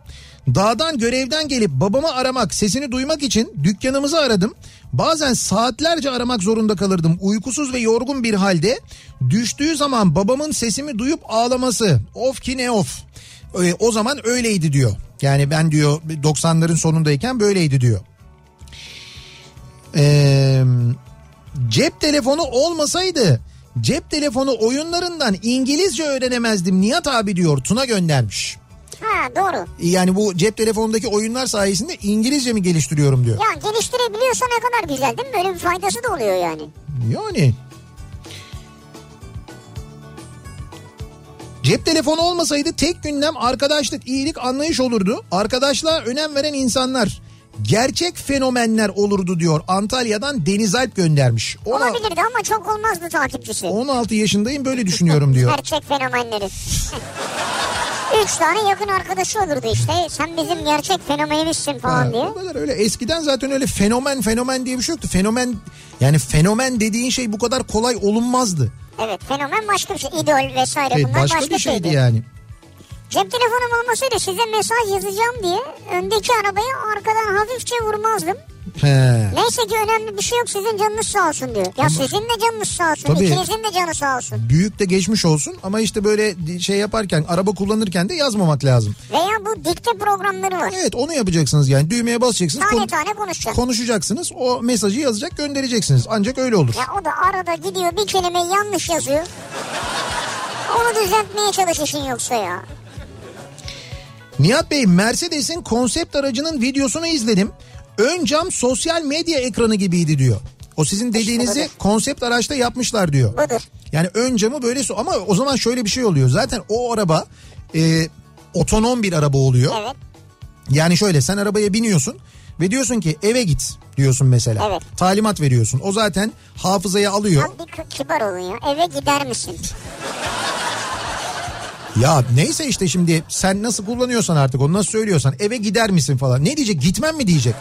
Dağdan görevden gelip babamı aramak, sesini duymak için dükkanımızı aradım. Bazen saatlerce aramak zorunda kalırdım. Uykusuz ve yorgun bir halde düştüğü zaman babamın sesimi duyup ağlaması. Of ki ne of. Ee, O zaman öyleydi diyor. Yani ben diyor 90'ların sonundayken böyleydi diyor. Ee, Eee Cep telefonu olmasaydı cep telefonu oyunlarından İngilizce öğrenemezdim Nihat abi diyor Tuna göndermiş.
Ha doğru.
Yani bu cep telefonundaki oyunlar sayesinde İngilizce mi geliştiriyorum diyor.
Ya geliştirebiliyorsa ne kadar güzel değil mi? Böyle bir faydası da oluyor yani.
Yani. Cep telefonu olmasaydı tek gündem arkadaşlık, iyilik, anlayış olurdu. Arkadaşlığa önem veren insanlar gerçek fenomenler olurdu diyor. Antalya'dan Deniz Alp göndermiş. Ona-
Olabilirdi ama çok olmazdı takipçisi.
16 yaşındayım böyle düşünüyorum diyor.
Gerçek fenomenleri. Üç tane yakın arkadaşı olurdu işte. Sen bizim gerçek fenomenimizsin falan diye.
Ha, o kadar öyle eskiden zaten öyle fenomen fenomen diye bir şey yoktu. Fenomen yani fenomen dediğin şey bu kadar kolay olunmazdı.
Evet fenomen başka bir şey. İdol vesaire
Şey,
bunlar başka,
başka bir şeydi
şeydi.
yani.
Cep telefonum olmasaydı size mesaj yazacağım diye öndeki arabaya arkadan hafifçe vurmazdım.
He.
Neyse ki önemli bir şey yok sizin canınız sağ olsun diyor. Ya sizin de canınız sağ olsun.
Tabii.
ikinizin de canı sağ olsun.
Büyük de geçmiş olsun ama işte böyle şey yaparken araba kullanırken de yazmamak lazım.
Veya bu dikte programları var.
Evet onu yapacaksınız yani düğmeye basacaksınız
Tane
kon-
tane konuşacak.
konuşacaksınız o mesajı yazacak göndereceksiniz ancak öyle olur.
Ya o da arada gidiyor bir kelimeyi yanlış yazıyor. Onu düzeltmeye çalışışın yoksa ya.
Nihat Bey Mercedes'in konsept aracının videosunu izledim. Ön cam sosyal medya ekranı gibiydi diyor. O sizin dediğinizi
budur.
konsept araçta yapmışlar diyor.
Budur.
Yani ön camı böyle so- ama o zaman şöyle bir şey oluyor. Zaten o araba e, otonom bir araba oluyor.
Evet.
Yani şöyle sen arabaya biniyorsun ve diyorsun ki eve git diyorsun mesela.
Evet.
Talimat veriyorsun. O zaten hafızaya alıyor.
Tam bir kı- kibar olun ya. Eve gider misin?
Ya neyse işte şimdi sen nasıl kullanıyorsan artık onu nasıl söylüyorsan eve gider misin falan. Ne diyecek gitmem mi diyecek.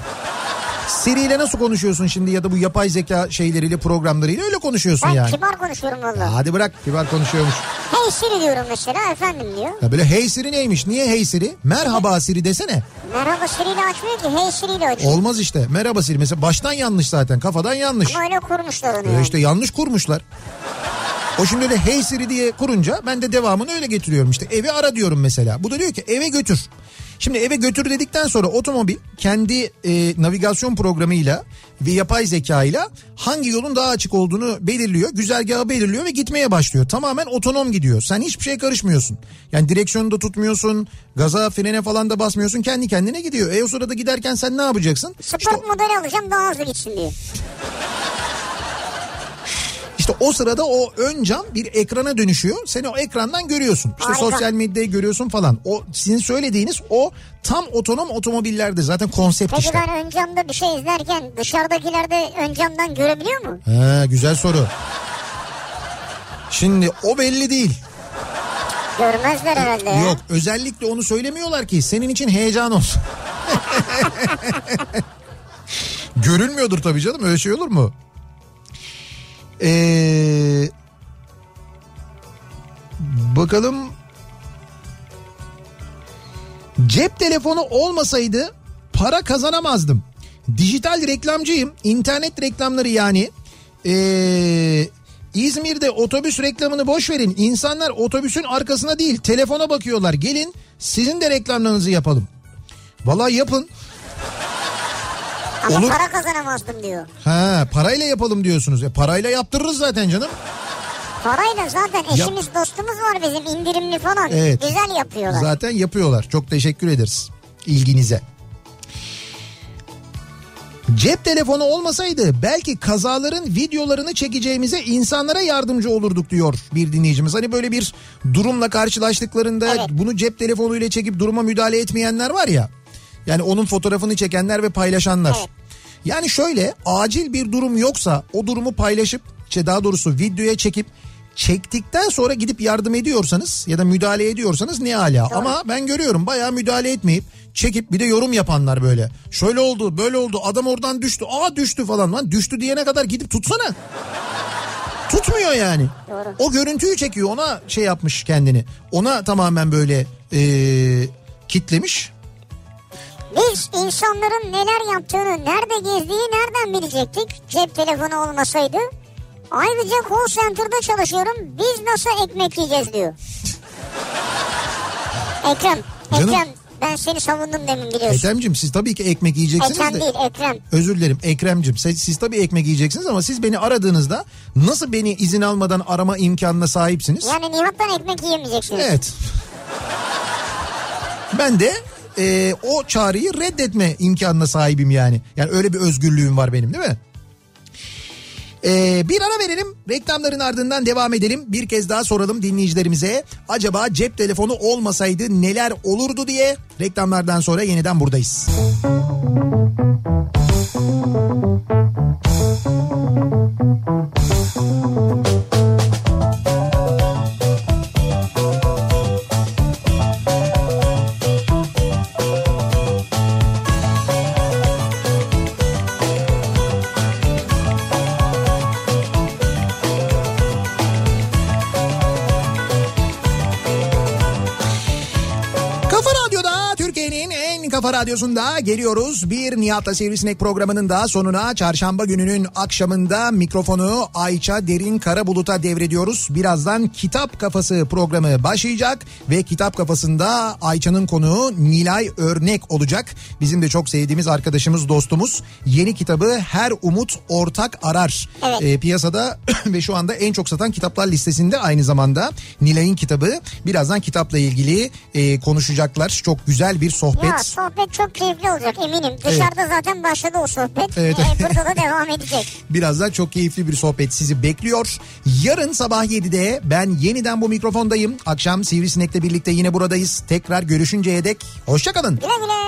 Siri ile nasıl konuşuyorsun şimdi ya da bu yapay zeka şeyleriyle programlarıyla öyle konuşuyorsun
Ben
yani.
kibar konuşuyorum valla.
Hadi bırak kibar konuşuyormuş.
Hey Siri diyorum mesela efendim diyor.
Ya böyle hey Siri neymiş niye hey Siri? Merhaba Siri desene.
Merhaba Siri ile açmıyor ki hey Siri ile açıyor.
Olmaz işte merhaba Siri mesela baştan yanlış zaten kafadan yanlış.
Ama öyle kurmuşlar onu
Ya
yani.
E işte yanlış kurmuşlar. O şimdi de Hey Siri diye kurunca ben de devamını öyle getiriyorum işte. Eve ara diyorum mesela. Bu da diyor ki eve götür. Şimdi eve götür dedikten sonra otomobil kendi e, navigasyon programıyla ve yapay zekayla hangi yolun daha açık olduğunu belirliyor. Güzergahı belirliyor ve gitmeye başlıyor. Tamamen otonom gidiyor. Sen hiçbir şeye karışmıyorsun. Yani direksiyonu da tutmuyorsun. Gaza frene falan da basmıyorsun. Kendi kendine gidiyor. E o sırada giderken sen ne yapacaksın?
Sport
İşte
modeli alacağım daha hızlı gitsin diyor.
İşte o sırada o ön cam bir ekrana dönüşüyor. Seni o ekrandan görüyorsun. İşte
Harika.
sosyal medyayı görüyorsun falan. O sizin söylediğiniz o tam otonom otomobillerde zaten konsept
Peki
işte.
ben ön camda bir şey izlerken dışarıdakiler de ön camdan görebiliyor mu?
He, güzel soru. Şimdi o belli değil.
Görmezler herhalde ya.
Yok özellikle onu söylemiyorlar ki senin için heyecan olsun. Görünmüyordur tabii canım öyle şey olur mu? Ee, bakalım cep telefonu olmasaydı para kazanamazdım. Dijital reklamcıyım. İnternet reklamları yani. Ee, İzmir'de otobüs reklamını boş verin. İnsanlar otobüsün arkasına değil telefona bakıyorlar. Gelin sizin de reklamlarınızı yapalım. Vallahi yapın.
Ama
olur.
para kazanamazdım diyor.
Ha parayla yapalım diyorsunuz. E, parayla yaptırırız zaten canım.
Parayla zaten eşimiz dostumuz var bizim indirimli falan.
Evet.
Güzel yapıyorlar.
Zaten yapıyorlar. Çok teşekkür ederiz ilginize. Cep telefonu olmasaydı belki kazaların videolarını çekeceğimize insanlara yardımcı olurduk diyor bir dinleyicimiz. Hani böyle bir durumla karşılaştıklarında
Evet.
bunu cep telefonuyla çekip duruma müdahale etmeyenler var ya. Yani onun fotoğrafını çekenler ve paylaşanlar.
Evet.
Yani şöyle acil bir durum yoksa o durumu paylaşıp şey daha doğrusu videoya çekip çektikten sonra gidip yardım ediyorsanız ya da müdahale ediyorsanız ne ala. Ama ben görüyorum bayağı müdahale etmeyip çekip bir de yorum yapanlar böyle. Şöyle oldu böyle oldu adam oradan düştü aa düştü falan lan düştü diyene kadar gidip tutsana. Tutmuyor yani.
Doğru.
O görüntüyü çekiyor ona şey yapmış kendini. Ona tamamen böyle ee, kitlemiş.
Biz insanların neler yaptığını, nerede gezdiğini nereden bilecektik cep telefonu olmasaydı? Ayrıca call center'da çalışıyorum. Biz nasıl ekmek yiyeceğiz diyor. Ekrem,
Canım.
Ekrem ben seni savundum demin biliyorsun.
Ethem'cim siz E, tabii ki ekmek yiyeceksiniz
Ekrem
de.
değil Ekrem.
Özür dilerim Ekrem'cim siz, siz tabii ekmek yiyeceksiniz ama siz beni aradığınızda nasıl beni izin almadan arama imkanına sahipsiniz?
Yani Nihat'tan ekmek yiyemeyeceksiniz.
Evet. ben de e, o çağrıyı reddetme imkanına sahibim yani. Yani öyle bir özgürlüğüm var benim değil mi? E, bir ara verelim reklamların ardından devam edelim. Bir kez daha soralım dinleyicilerimize. Acaba cep telefonu olmasaydı neler olurdu diye reklamlardan sonra yeniden buradayız. Kafa Radyo'da Türkiye'nin en kafa Kafa Radyosu'nda geliyoruz. Bir Nihat'la Sivrisinek programının daha sonuna çarşamba gününün akşamında mikrofonu Ayça Derin Karabulut'a devrediyoruz. Birazdan Kitap Kafası programı başlayacak ve Kitap Kafası'nda Ayça'nın konuğu Nilay Örnek olacak. Bizim de çok sevdiğimiz arkadaşımız, dostumuz. Yeni kitabı Her Umut Ortak Arar.
Evet.
Ee, piyasada ve şu anda en çok satan kitaplar listesinde aynı zamanda Nilay'ın kitabı. Birazdan kitapla ilgili e, konuşacaklar. Çok güzel bir sohbet.
Ya sohbet çok keyifli olacak eminim. Dışarıda zaten başladı o sohbet.
Evet.
Ee, burada da devam edecek.
Birazdan çok keyifli bir sohbet sizi bekliyor. Yarın sabah 7'de ben yeniden bu mikrofondayım. Akşam Sivrisinek'le birlikte yine buradayız. Tekrar görüşünceye dek hoşçakalın.
Güle güle.